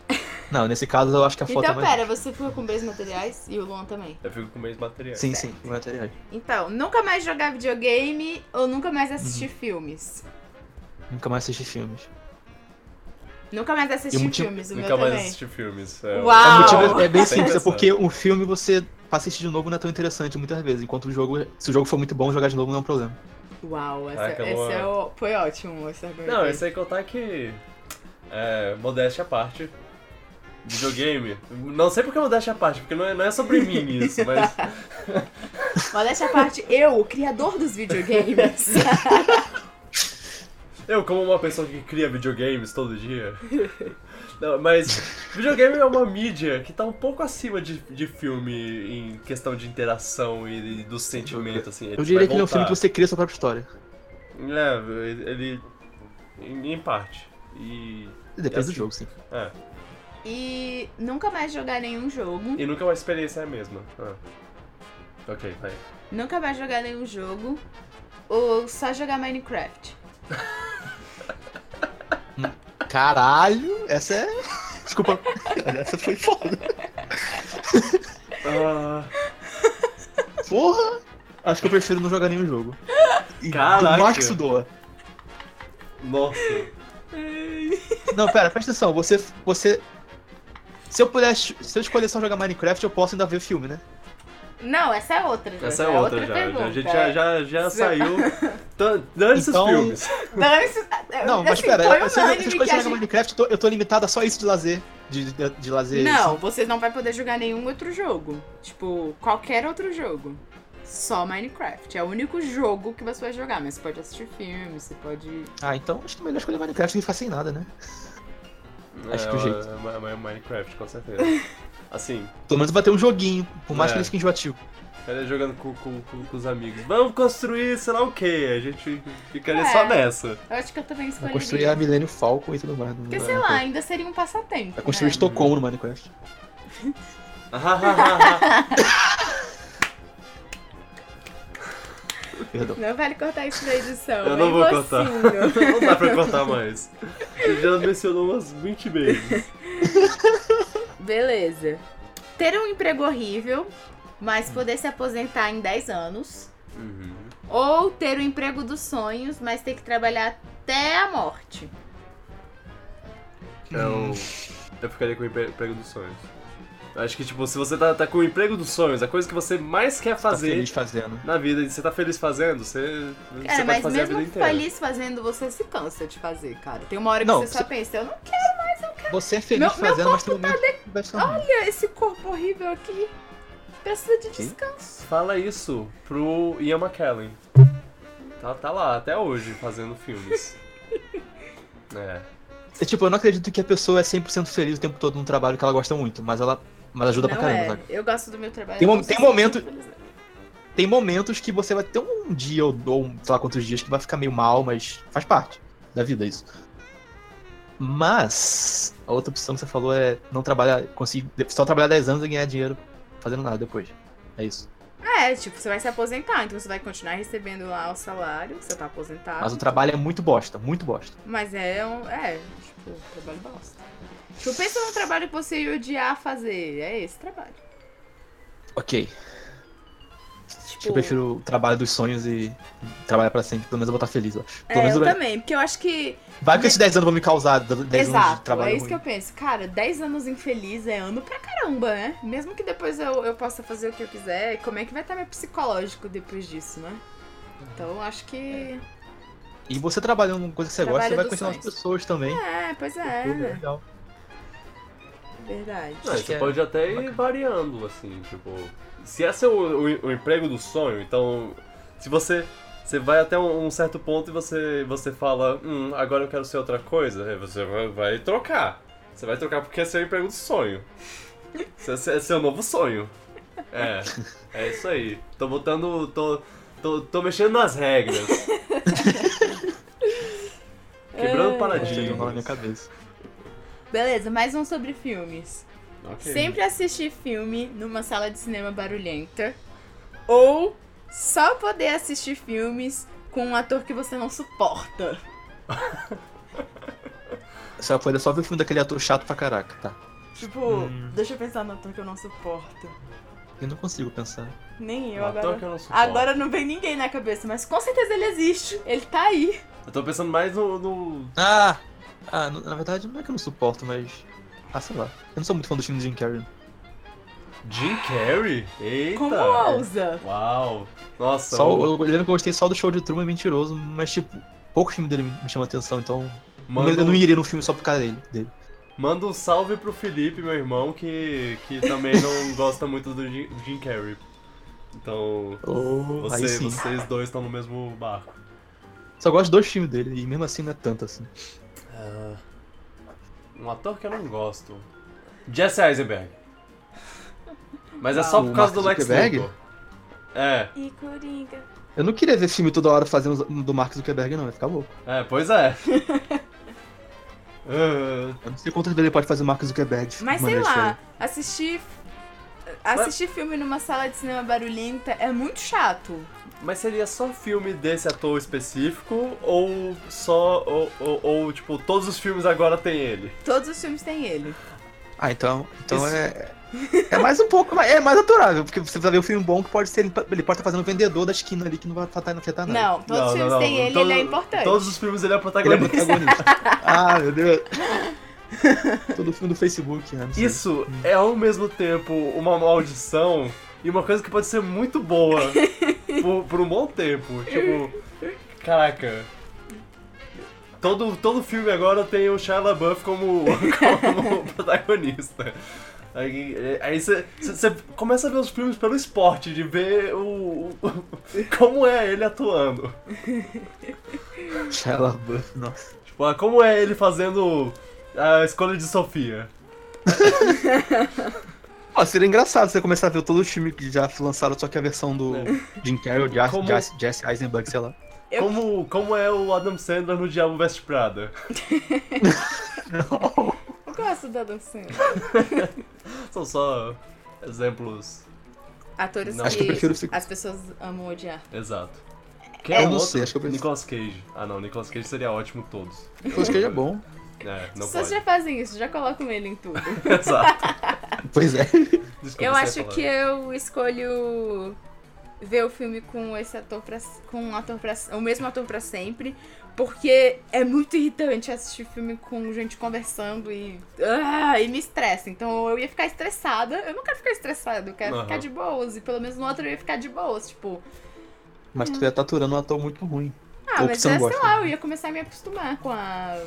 [SPEAKER 2] Não, nesse caso eu acho que a foto é
[SPEAKER 1] Então
[SPEAKER 2] mais.
[SPEAKER 1] pera, você fica com bens materiais e o Luan também.
[SPEAKER 3] Eu fico com meus materiais.
[SPEAKER 2] Sim, sim, bem materiais.
[SPEAKER 1] Então, nunca mais jogar videogame ou nunca mais assistir
[SPEAKER 3] Uhum.
[SPEAKER 1] filmes?
[SPEAKER 2] Nunca mais assisti filmes.
[SPEAKER 1] Nunca mais assisti
[SPEAKER 2] E o motivo-
[SPEAKER 1] filmes, o
[SPEAKER 3] Nunca
[SPEAKER 1] meu
[SPEAKER 3] mais
[SPEAKER 1] também.
[SPEAKER 3] assisti filmes. É, eu-
[SPEAKER 1] Uau!
[SPEAKER 2] O motivo é bem
[SPEAKER 3] Sem
[SPEAKER 2] simples, é
[SPEAKER 3] pensar.
[SPEAKER 2] porque um filme você pra assistir de novo não é tão interessante muitas vezes, enquanto o jogo, se o jogo for muito bom, jogar de novo não é um problema.
[SPEAKER 1] Uau, essa,
[SPEAKER 3] Caraca,
[SPEAKER 1] esse
[SPEAKER 3] boa.
[SPEAKER 1] é o, foi ótimo esse argumento.
[SPEAKER 3] Não,
[SPEAKER 1] aí.
[SPEAKER 3] eu sei contar que. É, modéstia à parte. videogame. Não sei porque eu modéstia a parte, porque não é, não é sobre mim isso, mas.
[SPEAKER 1] Modéstia à parte, eu, o criador dos videogames.
[SPEAKER 3] Eu, como uma pessoa que cria videogames todo dia. Não, mas videogame é uma mídia que tá um pouco acima de, de filme em questão de interação e, e do sentimento, assim.
[SPEAKER 2] Eu diria que ele é um filme que você cria sua própria história.
[SPEAKER 3] É, ele. Em, em parte. E.
[SPEAKER 2] Depende do jogo, sim.
[SPEAKER 3] É.
[SPEAKER 1] e nunca mais jogar nenhum jogo.
[SPEAKER 3] E nunca uma experiência é a mesma. Ah. Ok, tá aí.
[SPEAKER 1] Nunca mais jogar nenhum jogo. Ou só jogar Minecraft.
[SPEAKER 2] Caralho, essa é. Desculpa. essa foi foda.
[SPEAKER 3] Ah,
[SPEAKER 2] Porra! Acho que eu prefiro não jogar nenhum jogo. E
[SPEAKER 3] Caraca.
[SPEAKER 2] Do Max doa.
[SPEAKER 3] nossa.
[SPEAKER 2] Não, pera, presta atenção. Você. você... Se eu pudesse. Se eu escolher só jogar Minecraft, eu posso ainda ver filme, né?
[SPEAKER 1] Não, essa é outra.
[SPEAKER 3] Essa é outra, é. já. já. A gente já, já, já saiu. Tan- Dane esses
[SPEAKER 2] Então-
[SPEAKER 3] filmes.
[SPEAKER 2] Não, mas
[SPEAKER 1] assim,
[SPEAKER 2] pera,
[SPEAKER 1] foi
[SPEAKER 2] se eu, se eu
[SPEAKER 1] unânime que
[SPEAKER 2] escolher
[SPEAKER 1] a
[SPEAKER 2] jogar
[SPEAKER 1] gente-
[SPEAKER 2] Minecraft, eu tô, eu tô limitado a só isso de lazer. De, de, de lazer. assim.
[SPEAKER 1] Não, você não vai poder jogar nenhum outro jogo. Tipo, qualquer outro jogo. Só Minecraft. É o único jogo que você vai jogar, mas você pode assistir filme, você pode.
[SPEAKER 2] Ah, então acho que é melhor escolher Minecraft do que ficar sem nada, né? Acho que o
[SPEAKER 3] é,
[SPEAKER 2] jeito.
[SPEAKER 3] É, é, é Minecraft, com certeza. Assim,
[SPEAKER 2] Pelo menos vai ter um joguinho, por mais
[SPEAKER 3] É.
[SPEAKER 2] que ele fique enjoativo.
[SPEAKER 3] cara jogando com, com, com, com os amigos. Vamos construir, sei lá o quê. A gente fica ali
[SPEAKER 1] É.
[SPEAKER 3] só nessa.
[SPEAKER 1] Eu acho que eu também
[SPEAKER 2] Vai construir
[SPEAKER 1] escolheria.
[SPEAKER 2] a Millennium Falcon e tudo mais. no
[SPEAKER 1] Porque, sei lá,
[SPEAKER 2] Minecraft.
[SPEAKER 1] ainda seria um passatempo.
[SPEAKER 2] Vai construir
[SPEAKER 1] né?
[SPEAKER 2] Estocolmo no Minecraft. Perdão.
[SPEAKER 1] Não vale cortar isso da edição. é
[SPEAKER 3] Eu não vou cortar.
[SPEAKER 1] cortar.
[SPEAKER 3] Não dá pra cortar mais. Ele já mencionou umas 20 vezes.
[SPEAKER 1] Beleza. Ter um emprego horrível, mas poder se aposentar em 10 anos.
[SPEAKER 2] Uhum.
[SPEAKER 1] Ou ter o emprego dos sonhos, mas ter que trabalhar até a morte.
[SPEAKER 3] Eu, Então, eu ficaria com o empre- emprego dos sonhos. Acho que, tipo, se você tá, tá com o emprego dos sonhos, a coisa que você mais quer
[SPEAKER 2] Tá
[SPEAKER 3] fazer
[SPEAKER 2] feliz fazendo.
[SPEAKER 3] na vida, e você tá feliz fazendo, você,
[SPEAKER 1] Cara,
[SPEAKER 3] você pode
[SPEAKER 1] É, mas
[SPEAKER 3] fazer a vida
[SPEAKER 1] mesmo
[SPEAKER 3] inteira.
[SPEAKER 1] feliz fazendo, você se cansa de fazer, cara. Tem uma hora que
[SPEAKER 2] Não,
[SPEAKER 1] você só
[SPEAKER 2] você-
[SPEAKER 1] pensa, eu não quero
[SPEAKER 2] Você é feliz
[SPEAKER 1] Meu- meu tá
[SPEAKER 2] fazendo, mas tem um momento que vai ser ruim.
[SPEAKER 1] esse corpo horrível aqui. Precisa de descanso.
[SPEAKER 3] Fala isso pro Ian McKellen. Tá, tá lá, até hoje, fazendo filmes. é.
[SPEAKER 2] É, Tipo, eu não acredito que a pessoa é 100% feliz o tempo todo num trabalho que ela gosta muito, mas ela mas ajuda
[SPEAKER 1] não
[SPEAKER 2] pra caramba,
[SPEAKER 1] é.
[SPEAKER 2] sabe?
[SPEAKER 1] Eu gosto do meu trabalho.
[SPEAKER 2] Tem
[SPEAKER 1] eu
[SPEAKER 2] mom-
[SPEAKER 1] gosto
[SPEAKER 2] tem um
[SPEAKER 1] de-
[SPEAKER 2] momento- Tem momentos que você vai ter um dia ou, ou sei lá quantos dias que vai ficar meio mal, mas faz parte da vida é isso. Mas a outra opção que você falou é não trabalhar, conseguir só trabalhar 10 anos e ganhar dinheiro fazendo nada depois. É isso.
[SPEAKER 1] É, tipo, você vai se aposentar, então você vai continuar recebendo lá o salário, você tá aposentado.
[SPEAKER 2] Mas o trabalho é muito bosta, muito bosta.
[SPEAKER 1] Mas é um. É, tipo, um trabalho bosta. Tipo, pensa num trabalho que você ia odiar fazer. É esse trabalho.
[SPEAKER 2] Ok. Acho que
[SPEAKER 1] Tipo,
[SPEAKER 2] eu prefiro o trabalho dos sonhos e trabalhar pra sempre. Pelo menos eu vou estar feliz, eu acho. Pelo
[SPEAKER 1] é,
[SPEAKER 2] menos
[SPEAKER 1] eu
[SPEAKER 2] eu-
[SPEAKER 1] também, porque eu acho que.
[SPEAKER 2] Vai que esses 10 anos vão me causar 10 anos de
[SPEAKER 1] Exato,
[SPEAKER 2] trabalho
[SPEAKER 1] é isso
[SPEAKER 2] ruim.
[SPEAKER 1] que eu penso. Cara, 10 anos infeliz é ano pra caramba, né? Mesmo que depois eu, eu possa fazer o que eu quiser, como é que vai estar meu psicológico depois disso, né? Então eu acho que.
[SPEAKER 2] E você trabalhando com coisa que você
[SPEAKER 1] Trabalho
[SPEAKER 2] gosta, você vai
[SPEAKER 1] dos
[SPEAKER 2] conhecer novas
[SPEAKER 1] sonhos.
[SPEAKER 2] pessoas também.
[SPEAKER 1] É, pois é,
[SPEAKER 2] Tudo
[SPEAKER 1] né?
[SPEAKER 2] legal.
[SPEAKER 1] verdade.
[SPEAKER 3] Não,
[SPEAKER 2] Acho
[SPEAKER 3] você
[SPEAKER 2] que é
[SPEAKER 3] pode até ir variando, assim, tipo. Se esse é o, o- o emprego do sonho, então. Se você. Você vai até um, um certo ponto e você, você fala, hum, agora eu quero ser outra coisa, aí você vai, vai trocar. Você vai trocar porque esse é o emprego do sonho. Esse, esse- esse é o novo sonho. É, é isso aí. Tô botando. tô. tô, tô mexendo nas regras. Quebrando
[SPEAKER 2] Chega um nó na minha
[SPEAKER 3] paradigmas.
[SPEAKER 2] cabeça.
[SPEAKER 1] Beleza, mais um sobre filmes.
[SPEAKER 3] Ok.
[SPEAKER 1] Sempre assistir filme numa sala de cinema barulhenta. Ou só poder assistir filmes com um ator que você não suporta.
[SPEAKER 2] Você vai poder só ver o filme daquele ator chato pra caraca, tá?
[SPEAKER 1] Tipo,
[SPEAKER 3] Hum.
[SPEAKER 1] deixa eu pensar no ator que eu não suporto.
[SPEAKER 2] Eu não consigo pensar.
[SPEAKER 1] Nem eu
[SPEAKER 3] Um ator
[SPEAKER 1] agora.
[SPEAKER 3] que eu não suporto.
[SPEAKER 1] Agora não vem ninguém na cabeça, mas com certeza ele existe. Ele tá aí.
[SPEAKER 3] Eu tô pensando mais no- no
[SPEAKER 2] Ah! Ah, n- na verdade não é que eu não suporto, mas. Ah, sei lá. Eu não sou muito fã do filme do Jim Carrey.
[SPEAKER 3] Jim Carrey? Eita!
[SPEAKER 1] Como é?
[SPEAKER 3] é.
[SPEAKER 1] ousa?
[SPEAKER 3] Uau! Nossa,
[SPEAKER 2] Só,
[SPEAKER 3] o-
[SPEAKER 2] eu lembro que eu gostei só do show de Truman, é mentiroso, mas tipo, poucos filmes dele me me chamam atenção, então.
[SPEAKER 3] manda
[SPEAKER 2] Eu não
[SPEAKER 3] um-
[SPEAKER 2] iria no filme só por causa dele. dele.
[SPEAKER 3] Manda um salve pro Felipe, meu irmão, que, que também não gosta muito do Jim, do Jim Carrey. Então,
[SPEAKER 2] Oh, aí
[SPEAKER 3] você,
[SPEAKER 2] sim.
[SPEAKER 3] vocês dois estão no mesmo barco.
[SPEAKER 2] Só gosto de dois times dele, e mesmo assim não é tanto assim.
[SPEAKER 3] Um ator que eu não gosto. Jesse Eisenberg. Mas é só
[SPEAKER 2] Ah,
[SPEAKER 3] por
[SPEAKER 2] o Mark
[SPEAKER 3] causa do Lex
[SPEAKER 2] Zuckerberg?
[SPEAKER 3] Luthor. É,
[SPEAKER 4] E Coringa.
[SPEAKER 2] Eu não queria ver filme toda hora fazendo os- do Mark Zuckerberg, não, ia ficar louco.
[SPEAKER 3] é, pois é. Ah,
[SPEAKER 2] Eu não sei quantas vezes ele pode fazer o Mark Zuckerberg. de
[SPEAKER 1] Mas sei
[SPEAKER 2] maneira
[SPEAKER 1] lá,
[SPEAKER 2] diferente.
[SPEAKER 1] assistir. Assistir filme numa sala de cinema barulhenta é muito chato.
[SPEAKER 3] mas seria só um filme desse ator específico ou só. Ou, ou- ou, tipo, todos os filmes agora tem ele?
[SPEAKER 1] Todos os filmes têm ele.
[SPEAKER 2] Ah, então, então
[SPEAKER 3] Isso-
[SPEAKER 2] é. É mais um pouco, mas é mais atorável, porque você vai ver um filme bom que pode ser. Ele ele pode estar fazendo o vendedor da esquina ali que não vai afetar, não afetar nada.
[SPEAKER 1] Não, todos os
[SPEAKER 3] Não, não,
[SPEAKER 1] filmes
[SPEAKER 3] não.
[SPEAKER 1] têm ele e
[SPEAKER 3] Todo-
[SPEAKER 1] ele é importante.
[SPEAKER 3] Todos os filmes ele é o
[SPEAKER 2] Ele é
[SPEAKER 3] protagonista.
[SPEAKER 2] protagonista. ah, meu Deus. Todo filme do Facebook, né? não sei.
[SPEAKER 3] Isso é ao mesmo tempo uma maldição e uma coisa que pode ser muito boa por, por um bom tempo. Tipo, caraca. Todo, todo filme agora tem o Shia LaBeouf como, como protagonista. Aí aí você você começa a ver os filmes pelo esporte, de ver o, o- como é ele atuando.
[SPEAKER 2] Shia LaBeouf, nossa.
[SPEAKER 3] Tipo, ah, como é ele fazendo a escolha de Sofia.
[SPEAKER 2] Ó, seria engraçado você começar a ver todo o time que já lançaram, só que a versão do
[SPEAKER 3] É.
[SPEAKER 2] Jim Carrey ou Jas-
[SPEAKER 3] Como-
[SPEAKER 2] Jas- Jesse Eisenberg, sei lá.
[SPEAKER 1] Eu-
[SPEAKER 3] Como, como é o Adam Sandler no Diabo Veste Prada.
[SPEAKER 1] Eu gosto da Adam Sandler.
[SPEAKER 3] São só exemplos.
[SPEAKER 1] Atores
[SPEAKER 3] Não.
[SPEAKER 1] que
[SPEAKER 2] Acho que eu prefiro ficar.
[SPEAKER 1] as pessoas amam odiar.
[SPEAKER 3] Exato.
[SPEAKER 2] eu
[SPEAKER 3] é o
[SPEAKER 2] não
[SPEAKER 3] outro?
[SPEAKER 2] sei, acho que eu preciso.
[SPEAKER 3] Nicolas Cage. Ah não, Nicolas Cage seria ótimo todos.
[SPEAKER 2] Acho que é bom.
[SPEAKER 3] É, não
[SPEAKER 1] As pessoas
[SPEAKER 3] pode.
[SPEAKER 1] já fazem isso, já colocam ele em tudo.
[SPEAKER 3] Exato.
[SPEAKER 2] Pois é.
[SPEAKER 3] Desculpa,
[SPEAKER 1] eu
[SPEAKER 3] você ia
[SPEAKER 1] acho
[SPEAKER 3] falar.
[SPEAKER 1] que eu escolho ver o filme com esse ator pra, com um ator pra, o mesmo ator pra sempre, porque é muito irritante assistir filme com gente conversando e ah, e me estressa. Então eu ia ficar estressada. Eu não quero ficar estressada, eu quero
[SPEAKER 3] Aham.
[SPEAKER 1] ficar de boas e pelo menos no outro eu ia ficar de boas, tipo,
[SPEAKER 2] Mas tu ia estar aturando um ator muito ruim.
[SPEAKER 1] ah,
[SPEAKER 2] Ou que
[SPEAKER 1] mas
[SPEAKER 2] você não
[SPEAKER 1] é, sei
[SPEAKER 2] gosta.
[SPEAKER 1] lá, eu ia começar a me acostumar com a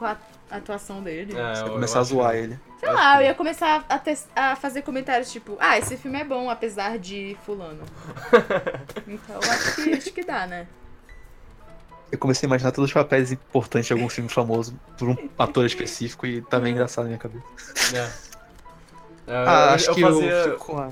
[SPEAKER 1] com a atuação dele.
[SPEAKER 3] É,
[SPEAKER 2] Você
[SPEAKER 3] eu-
[SPEAKER 2] ia
[SPEAKER 3] eu
[SPEAKER 2] começar a
[SPEAKER 3] acho
[SPEAKER 2] zoar
[SPEAKER 3] que-
[SPEAKER 2] ele.
[SPEAKER 1] Sei
[SPEAKER 3] acho
[SPEAKER 1] lá,
[SPEAKER 3] que-
[SPEAKER 1] eu
[SPEAKER 2] é.
[SPEAKER 1] ia começar a, tes- a fazer comentários tipo, ah, esse filme é bom, apesar de fulano. então acho que, acho que dá, né?
[SPEAKER 2] Eu comecei a imaginar todos os papéis importantes de algum filme famoso por um ator específico e tá meio engraçado na minha cabeça.
[SPEAKER 3] É. É,
[SPEAKER 2] Ah,
[SPEAKER 3] eu,
[SPEAKER 2] acho
[SPEAKER 3] eu
[SPEAKER 2] que
[SPEAKER 3] fazia,
[SPEAKER 2] eu fico com a...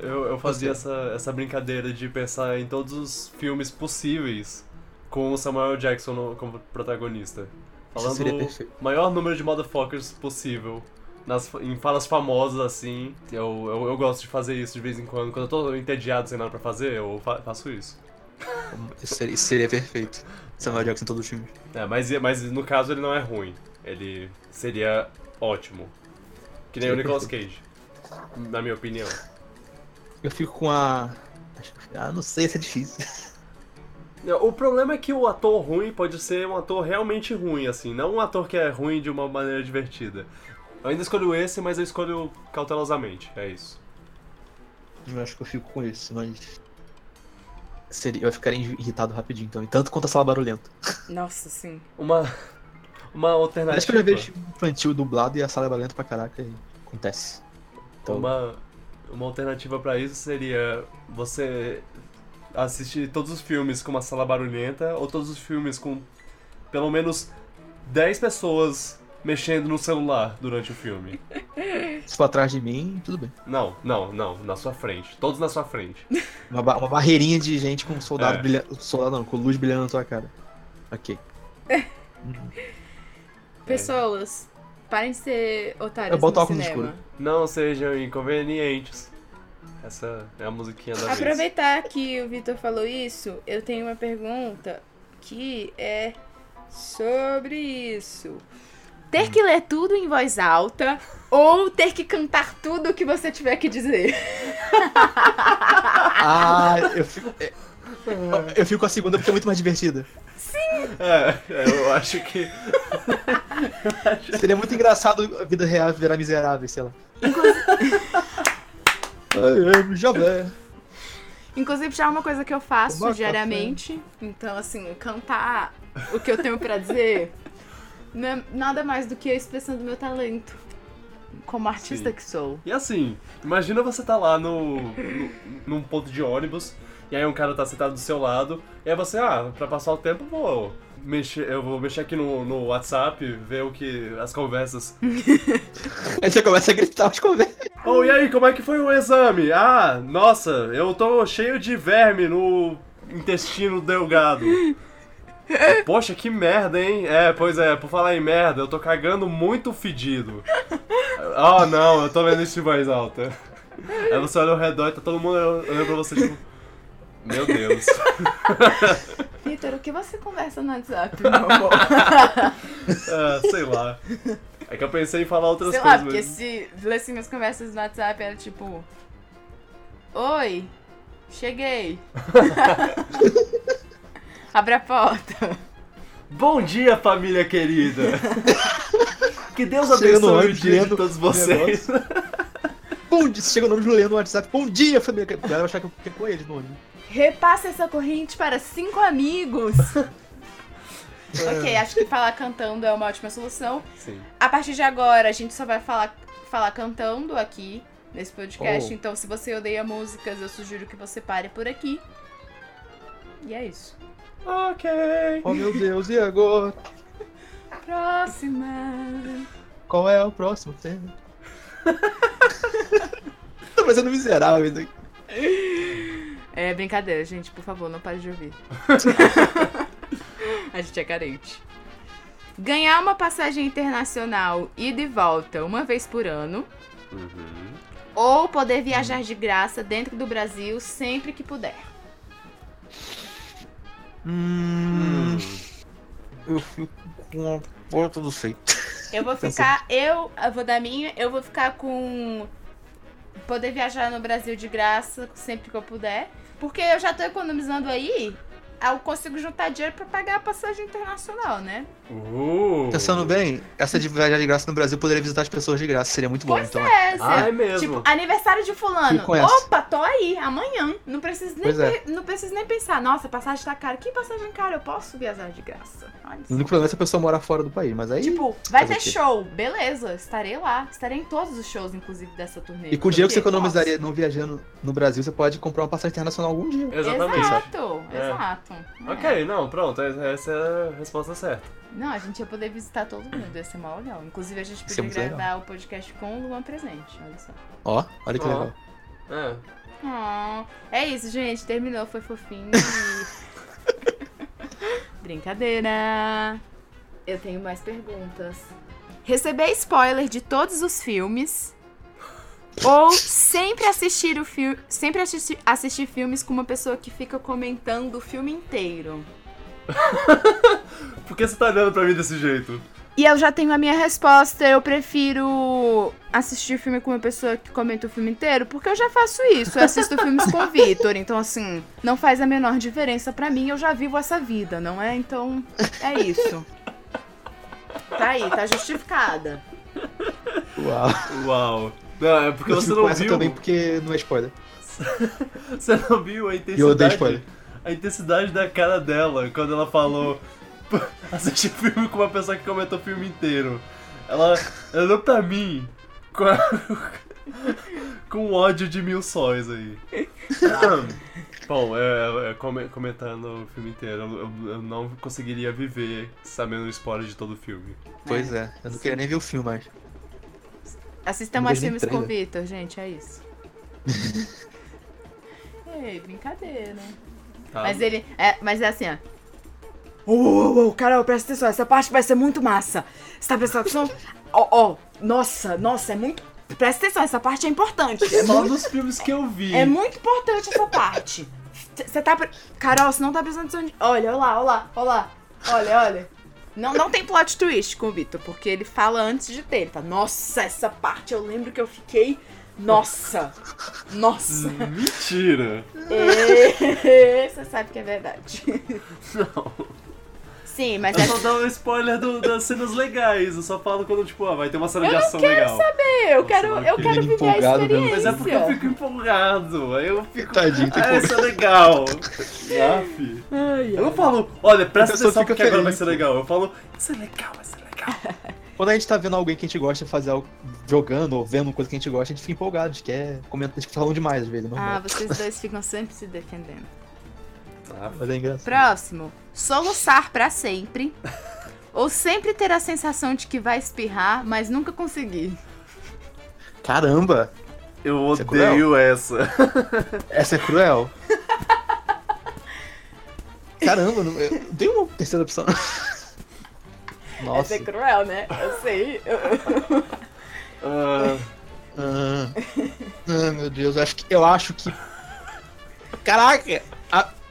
[SPEAKER 3] eu, eu fazia essa, essa brincadeira de pensar em todos os filmes possíveis com o Samuel Jackson no- como protagonista.
[SPEAKER 2] Isso
[SPEAKER 3] Falando
[SPEAKER 2] seria
[SPEAKER 3] o
[SPEAKER 2] perfeito.
[SPEAKER 3] maior número de motherfuckers possível. Nas, em falas famosas, assim, eu, eu, eu gosto de fazer isso de vez em quando. Quando eu tô entediado sem nada pra fazer, eu fa- faço isso.
[SPEAKER 2] Isso seria, isso seria perfeito. Samuel Jackson em todo o filme.
[SPEAKER 3] É, mas, mas no caso ele não é ruim. Ele seria ótimo. Que nem o
[SPEAKER 2] Seria
[SPEAKER 3] Nicolas Cage. Na minha opinião.
[SPEAKER 2] Eu fico com a. Ah, não sei se é difícil.
[SPEAKER 3] O problema é que o ator ruim pode ser um ator realmente ruim, assim. Não um ator que é ruim de uma maneira divertida. Eu ainda escolho esse, mas eu escolho cautelosamente. É isso.
[SPEAKER 2] Eu acho que eu fico com isso, mas. Seria... Eu ficaria irritado rapidinho também. Tanto quanto a sala barulhenta.
[SPEAKER 1] Nossa, sim.
[SPEAKER 3] Uma. Uma alternativa.
[SPEAKER 2] Acho que eu já vejo
[SPEAKER 3] tipo,
[SPEAKER 2] filme infantil dublado e a sala barulhenta pra caraca e acontece. Então,
[SPEAKER 3] Uma, uma alternativa pra isso seria você assistir todos os filmes com uma sala barulhenta ou todos os filmes com pelo menos 10 pessoas mexendo no celular durante o filme.
[SPEAKER 2] se for atrás de mim, tudo bem.
[SPEAKER 3] Não, não, não, na sua frente. Todos na sua frente.
[SPEAKER 2] Uma, ba- uma barreirinha de gente com um soldado
[SPEAKER 3] É.
[SPEAKER 2] brilhando. Soldado não, com luz brilhando na tua cara. Ok.
[SPEAKER 1] Pessoas, parem de ser otários
[SPEAKER 2] Eu boto
[SPEAKER 1] no
[SPEAKER 2] óculos
[SPEAKER 1] cinema.
[SPEAKER 3] Não sejam inconvenientes. Essa é a musiquinha da vez.
[SPEAKER 1] Aproveitar que o Vitor falou isso, eu tenho uma pergunta que é sobre isso. Ter que ler tudo em voz alta ou ter que cantar tudo o que você tiver que dizer?
[SPEAKER 2] Ah, eu fico. é- Eu fico com a segunda porque é muito mais divertida.
[SPEAKER 3] É, eu acho que.
[SPEAKER 2] Seria muito engraçado a vida real virar miserável, sei lá. I am Javé.
[SPEAKER 1] Inclusive, já é uma coisa que eu faço
[SPEAKER 2] Tomar
[SPEAKER 1] diariamente. Então, assim, cantar o que eu tenho pra dizer Não é nada mais do que a expressão do meu talento. Como artista
[SPEAKER 3] Sim.
[SPEAKER 1] que sou.
[SPEAKER 3] E assim, imagina você tá lá no, no- num ponto de ônibus, e aí um cara tá sentado do seu lado, e aí você, ah, pra passar o tempo, vou mexer, eu vou mexer aqui no, no WhatsApp, ver o que. as conversas.
[SPEAKER 2] Aí você começa a gritar as conversas.
[SPEAKER 3] Oh, e aí, como é que foi o exame? Ah, nossa, eu tô cheio de verme no intestino delgado. Poxa, que merda, hein? É, pois é, por falar em merda, eu tô cagando muito fedido. Ah, não, eu tô lendo isso em voz alta. Aí você olha ao redor e tá todo mundo olhando pra você, tipo... Meu Deus.
[SPEAKER 1] Vitor, o que você conversa no WhatsApp, meu amor?
[SPEAKER 3] Ah, sei lá. É que eu pensei em falar outras
[SPEAKER 1] Sei lá,
[SPEAKER 3] coisas,
[SPEAKER 1] porque
[SPEAKER 3] mas...
[SPEAKER 1] se lesse minhas conversas no WhatsApp era tipo. Oi, cheguei. Abre a porta.
[SPEAKER 3] Bom dia, família querida! Que Deus
[SPEAKER 2] Chega no
[SPEAKER 3] abençoe o
[SPEAKER 2] ônibus,
[SPEAKER 3] dia de
[SPEAKER 2] lendo
[SPEAKER 3] todos vocês.
[SPEAKER 2] Bom dia, chega o nome de Juliano no WhatsApp. Bom dia, família. A galera vai achar que eu fiquei com ele no ônibus.
[SPEAKER 1] Repasse essa corrente para cinco amigos. ok, acho que falar cantando é uma ótima solução.
[SPEAKER 3] Sim.
[SPEAKER 1] A partir de agora, a gente só vai falar, falar cantando aqui nesse podcast.
[SPEAKER 2] Oh.
[SPEAKER 1] Então, se você odeia músicas, eu sugiro que você pare por aqui. E é isso.
[SPEAKER 3] Ok.
[SPEAKER 2] Oh meu Deus, e agora?
[SPEAKER 1] Próxima.
[SPEAKER 2] Qual é o próximo tema? Tô parecendo miserável. isso aqui.
[SPEAKER 1] É brincadeira, gente. Por favor, não pare de ouvir. a gente é carente. Ganhar uma passagem internacional ida e volta uma vez por ano. Ou poder viajar de graça dentro do Brasil sempre que puder.
[SPEAKER 2] Hum. Eu fico com a porta do sei.
[SPEAKER 1] Eu vou ficar, eu, eu vou dar minha, eu vou ficar com poder viajar no Brasil de graça sempre que eu puder, porque eu já tô economizando aí, aí eu consigo juntar dinheiro pra pagar a passagem internacional, né?
[SPEAKER 3] Uhul.
[SPEAKER 2] Pensando Tá bem, essa de viajar de graça no Brasil poderia visitar as pessoas de graça, seria muito bom.
[SPEAKER 1] Pois
[SPEAKER 2] então,
[SPEAKER 1] É,
[SPEAKER 3] Ah,
[SPEAKER 1] cê-
[SPEAKER 3] é mesmo.
[SPEAKER 1] tipo, aniversário de fulano.
[SPEAKER 2] Fico com essa.
[SPEAKER 1] Opa, tô aí amanhã. Não preciso nem
[SPEAKER 2] Pois é.
[SPEAKER 1] pe- não preciso nem pensar. Nossa, a passagem tá cara. Que passagem cara? Eu posso viajar de graça. Olha
[SPEAKER 2] O
[SPEAKER 1] só.
[SPEAKER 2] único problema é se a pessoa mora fora do país, mas aí.
[SPEAKER 1] Tipo, vai
[SPEAKER 2] Fazer
[SPEAKER 1] ter
[SPEAKER 2] o quê?
[SPEAKER 1] show, beleza, estarei lá, estarei em todos os shows, inclusive, dessa turnê.
[SPEAKER 2] e com o dinheiro que você
[SPEAKER 1] Porque,
[SPEAKER 2] economizaria não viajando no Brasil, você pode comprar uma passagem internacional algum dia.
[SPEAKER 3] Exatamente.
[SPEAKER 1] Exato,
[SPEAKER 3] É.
[SPEAKER 1] exato. É.
[SPEAKER 3] Ok, não, pronto, essa é a resposta certa.
[SPEAKER 1] Não, a gente ia poder visitar todo mundo, ia ser mó legal. Inclusive, a gente
[SPEAKER 2] Isso é
[SPEAKER 1] podia
[SPEAKER 2] muito
[SPEAKER 1] gravar o podcast com o Luan presente, olha só.
[SPEAKER 2] Ó, olha que
[SPEAKER 3] Ó.
[SPEAKER 2] legal.
[SPEAKER 3] É.
[SPEAKER 1] Aw, é isso, gente, terminou, foi fofinho. e- Brincadeira. Eu tenho mais perguntas. Receber spoiler de todos os filmes ou sempre assistir o filme, sempre assisti- assistir filmes com uma pessoa que fica comentando o filme inteiro.
[SPEAKER 3] Por que você tá olhando pra mim desse jeito?
[SPEAKER 1] E eu já tenho a minha resposta. Eu prefiro assistir o filme com uma pessoa que comenta o filme inteiro, porque eu já faço isso. Eu assisto filmes com o Vitor. Então, assim, não faz a menor diferença pra mim. Eu já vivo essa vida, não é? Então, é isso. Tá aí, tá justificada.
[SPEAKER 2] Uau.
[SPEAKER 3] Uau. Não, é porque
[SPEAKER 2] Eu
[SPEAKER 3] você
[SPEAKER 2] fico
[SPEAKER 3] não
[SPEAKER 2] com essa
[SPEAKER 3] viu.
[SPEAKER 2] também porque não é spoiler.
[SPEAKER 3] Você não viu a intensidade.
[SPEAKER 2] Eu odeio spoiler.
[SPEAKER 3] A intensidade da cara dela quando ela falou assistir filme com uma pessoa que comentou o filme inteiro. Ela ela olhou pra mim com, a- com ódio de mil sóis aí. Bom, é, é, come- comentando o filme inteiro, eu, eu- eu não conseguiria viver sabendo o spoiler de todo o filme.
[SPEAKER 2] Pois é, eu não queria nem ver o filme mais.
[SPEAKER 1] Assista
[SPEAKER 2] Não
[SPEAKER 1] mais
[SPEAKER 2] vejo nem
[SPEAKER 1] filmes com o
[SPEAKER 2] trailer.
[SPEAKER 1] Vitor, gente, é isso. Ei, brincadeira.
[SPEAKER 3] Tá?
[SPEAKER 1] Mas ele. É, mas é assim, ó. Ô, ô, ô, Carol, presta atenção, essa parte vai ser muito massa. Você tá prestando atenção? Ó, ó, nossa, nossa, é muito. Presta atenção, essa parte é importante. É,
[SPEAKER 3] Só
[SPEAKER 1] muito,
[SPEAKER 3] dos filmes que eu vi.
[SPEAKER 1] é muito importante essa parte. C- Você tá. pre- Carol, você não tá prestando atenção. De... Olha, olha lá, olha lá, olha lá. Olha, olha. Não, não tem plot twist com o Vitor, porque ele fala antes de ter. Ele fala, nossa, essa parte eu lembro que eu fiquei. Nossa! Nossa!
[SPEAKER 3] Mentira!
[SPEAKER 1] Ê, Você sabe que é verdade.
[SPEAKER 3] Não.
[SPEAKER 1] Sim, mas
[SPEAKER 3] Eu
[SPEAKER 1] é
[SPEAKER 3] só dou um spoiler do- das cenas legais. Eu só falo quando, tipo, ah, vai ter uma cena de ação
[SPEAKER 1] Eu
[SPEAKER 3] legal. Nossa,
[SPEAKER 1] quero,
[SPEAKER 3] mas
[SPEAKER 1] eu
[SPEAKER 3] que
[SPEAKER 1] quero
[SPEAKER 2] menino
[SPEAKER 1] viver a
[SPEAKER 2] empolgado mesmo.
[SPEAKER 1] experiência.
[SPEAKER 3] Mas é porque eu fico empolgado. Aí eu fico.
[SPEAKER 2] Tadinho, tem
[SPEAKER 3] Ah,
[SPEAKER 2] que
[SPEAKER 3] isso é legal. Ah, fi.
[SPEAKER 1] Ai,
[SPEAKER 3] Eu não falo, olha, presta
[SPEAKER 2] A pessoa
[SPEAKER 3] atenção
[SPEAKER 2] fica
[SPEAKER 3] porque agora vai
[SPEAKER 2] feliz.
[SPEAKER 3] ser legal. Eu falo, isso é legal, isso é legal.
[SPEAKER 2] Quando a gente tá vendo alguém que a gente gosta fazer algo jogando ou vendo uma coisa que a gente gosta, a gente fica empolgado, a gente quer comentar, a gente falam demais às vezes. é
[SPEAKER 1] Ah,
[SPEAKER 2] normal.
[SPEAKER 1] vocês dois ficam sempre se defendendo.
[SPEAKER 3] Ah,
[SPEAKER 2] Mas é engraçado.
[SPEAKER 1] Próximo. Soluçar pra sempre. Ou sempre ter a sensação de que vai espirrar, mas nunca conseguir.
[SPEAKER 2] Caramba!
[SPEAKER 3] eu
[SPEAKER 2] Você é cruel?
[SPEAKER 3] odeio essa.
[SPEAKER 2] Essa é cruel. Caramba, não, eu, tem uma terceira opção.
[SPEAKER 4] Essa
[SPEAKER 2] Nossa.
[SPEAKER 4] é cruel, né? Eu sei.
[SPEAKER 3] Ah,
[SPEAKER 2] Ah, ah, meu Deus, eu acho que. Eu acho que... Caraca!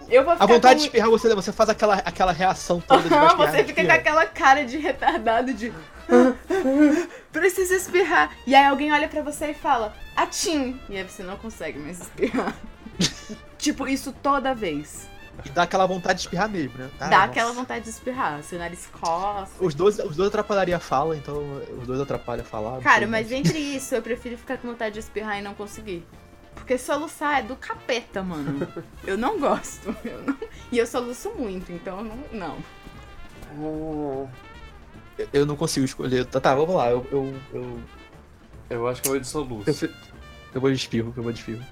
[SPEAKER 4] Eu vou
[SPEAKER 2] A
[SPEAKER 4] ficar
[SPEAKER 2] vontade de
[SPEAKER 4] com...
[SPEAKER 2] espirrar, você, você faz aquela, aquela reação é toda de
[SPEAKER 4] Aham,
[SPEAKER 2] espirrar,
[SPEAKER 4] você fica com
[SPEAKER 2] espirra.
[SPEAKER 4] aquela cara de retardado de.
[SPEAKER 1] "Ah, Precisa espirrar. E aí alguém olha pra você e fala, atim! E aí você não consegue mais espirrar. tipo, isso toda vez.
[SPEAKER 2] E dá aquela vontade de espirrar mesmo, né? Ah,
[SPEAKER 1] Dá
[SPEAKER 2] nossa.
[SPEAKER 1] aquela vontade de espirrar. Seu nariz coça.
[SPEAKER 2] Os dois, os dois atrapalharia a fala, então os dois atrapalham a falar.
[SPEAKER 1] Cara, mas entre isso, eu prefiro ficar com vontade de espirrar e não conseguir. Porque soluçar é do capeta, mano. Eu não gosto. Eu não- E eu soluço muito, então eu não. não.
[SPEAKER 2] Eu, eu não consigo escolher. Tá, tá vamos lá. Eu, eu, eu,
[SPEAKER 3] eu acho que eu vou de soluço.
[SPEAKER 2] eu, fi- eu vou de espirro, eu vou de espirro.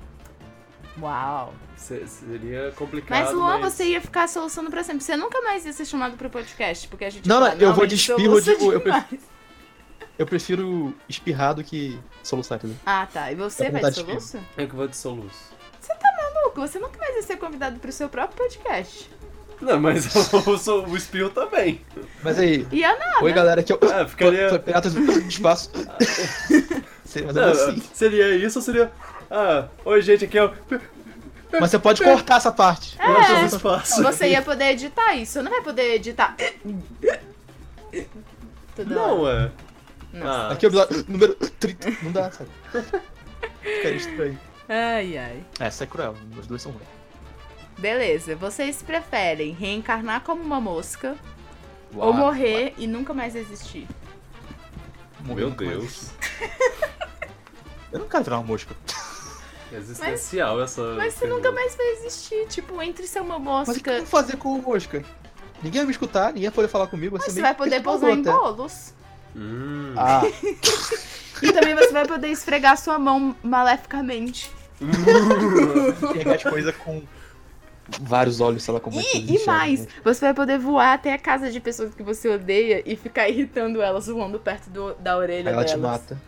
[SPEAKER 1] Uau.
[SPEAKER 3] Se- Seria complicado.
[SPEAKER 1] Mas Luan, você ia ficar solucionando pra sempre. Você nunca mais ia ser chamado pro podcast, porque a gente.
[SPEAKER 2] Não,
[SPEAKER 1] ia
[SPEAKER 2] não,
[SPEAKER 1] falar,
[SPEAKER 2] eu vou
[SPEAKER 1] ele
[SPEAKER 2] de espirro,
[SPEAKER 1] soluça
[SPEAKER 2] tipo, eu
[SPEAKER 1] demais."
[SPEAKER 2] Eu prefiro espirrar do que soluçar, entendeu?
[SPEAKER 1] Ah, tá. E você
[SPEAKER 2] Eu
[SPEAKER 1] vai
[SPEAKER 2] vou dar
[SPEAKER 1] de
[SPEAKER 2] de espirro.
[SPEAKER 1] soluço?
[SPEAKER 3] Eu que vou de soluço.
[SPEAKER 1] Luco, você nunca mais ia ser convidado pro seu próprio podcast.
[SPEAKER 3] Não, mas eu sou o espirro também.
[SPEAKER 1] É.
[SPEAKER 2] Mas aí,
[SPEAKER 1] E eu não.
[SPEAKER 2] oi galera, é que eu.
[SPEAKER 3] Ah, ficaria-
[SPEAKER 2] Sou Piratas do Espaço. Sim, mas, eu
[SPEAKER 3] Não,
[SPEAKER 2] vou assim.
[SPEAKER 3] seria isso ou seria. Ah, oi gente, aqui é o.
[SPEAKER 2] mas você pode cortar essa parte.
[SPEAKER 3] Piratas do espaço.
[SPEAKER 1] É, Você ia poder editar isso. Não vai poder editar. Toda
[SPEAKER 3] Não,
[SPEAKER 1] hora.
[SPEAKER 3] é.
[SPEAKER 1] Nossa.
[SPEAKER 3] Ah,
[SPEAKER 2] Aqui é o episódio número 30. Não dá, sabe? Ficaria estranho.
[SPEAKER 1] Ai, ai.
[SPEAKER 2] Essa é cruel, os dois são ruins.
[SPEAKER 1] Beleza, vocês preferem reencarnar como uma mosca ou
[SPEAKER 2] Uau.
[SPEAKER 1] morrer e nunca mais existir?
[SPEAKER 2] Morreu
[SPEAKER 3] meu
[SPEAKER 2] nunca é mais.
[SPEAKER 3] Deus.
[SPEAKER 2] Eu não quero virar uma mosca.
[SPEAKER 3] Existencial essa.
[SPEAKER 1] Mas você
[SPEAKER 3] pergunta.
[SPEAKER 1] nunca mais vai existir. Tipo, entre ser uma
[SPEAKER 2] Mas o que eu
[SPEAKER 1] mosca,
[SPEAKER 2] vou fazer com o mosca? Ninguém vai me escutar, ninguém vai poder falar comigo. Vai ser
[SPEAKER 1] você
[SPEAKER 2] meio
[SPEAKER 1] vai poder
[SPEAKER 2] perturbador
[SPEAKER 1] pousar em
[SPEAKER 2] até.
[SPEAKER 1] bolos.
[SPEAKER 3] Hum.
[SPEAKER 2] Ah,
[SPEAKER 1] E também você vai poder esfregar sua mão maleficamente.
[SPEAKER 2] enxergar as coisas com vários olhos, sei lá como é que eles
[SPEAKER 1] E, e
[SPEAKER 2] enxergam,
[SPEAKER 1] mais,
[SPEAKER 2] né?
[SPEAKER 1] você vai poder voar até a casa de pessoas que você odeia e ficar irritando elas voando perto do- da orelha
[SPEAKER 2] Aí ela
[SPEAKER 1] delas.
[SPEAKER 2] te mata.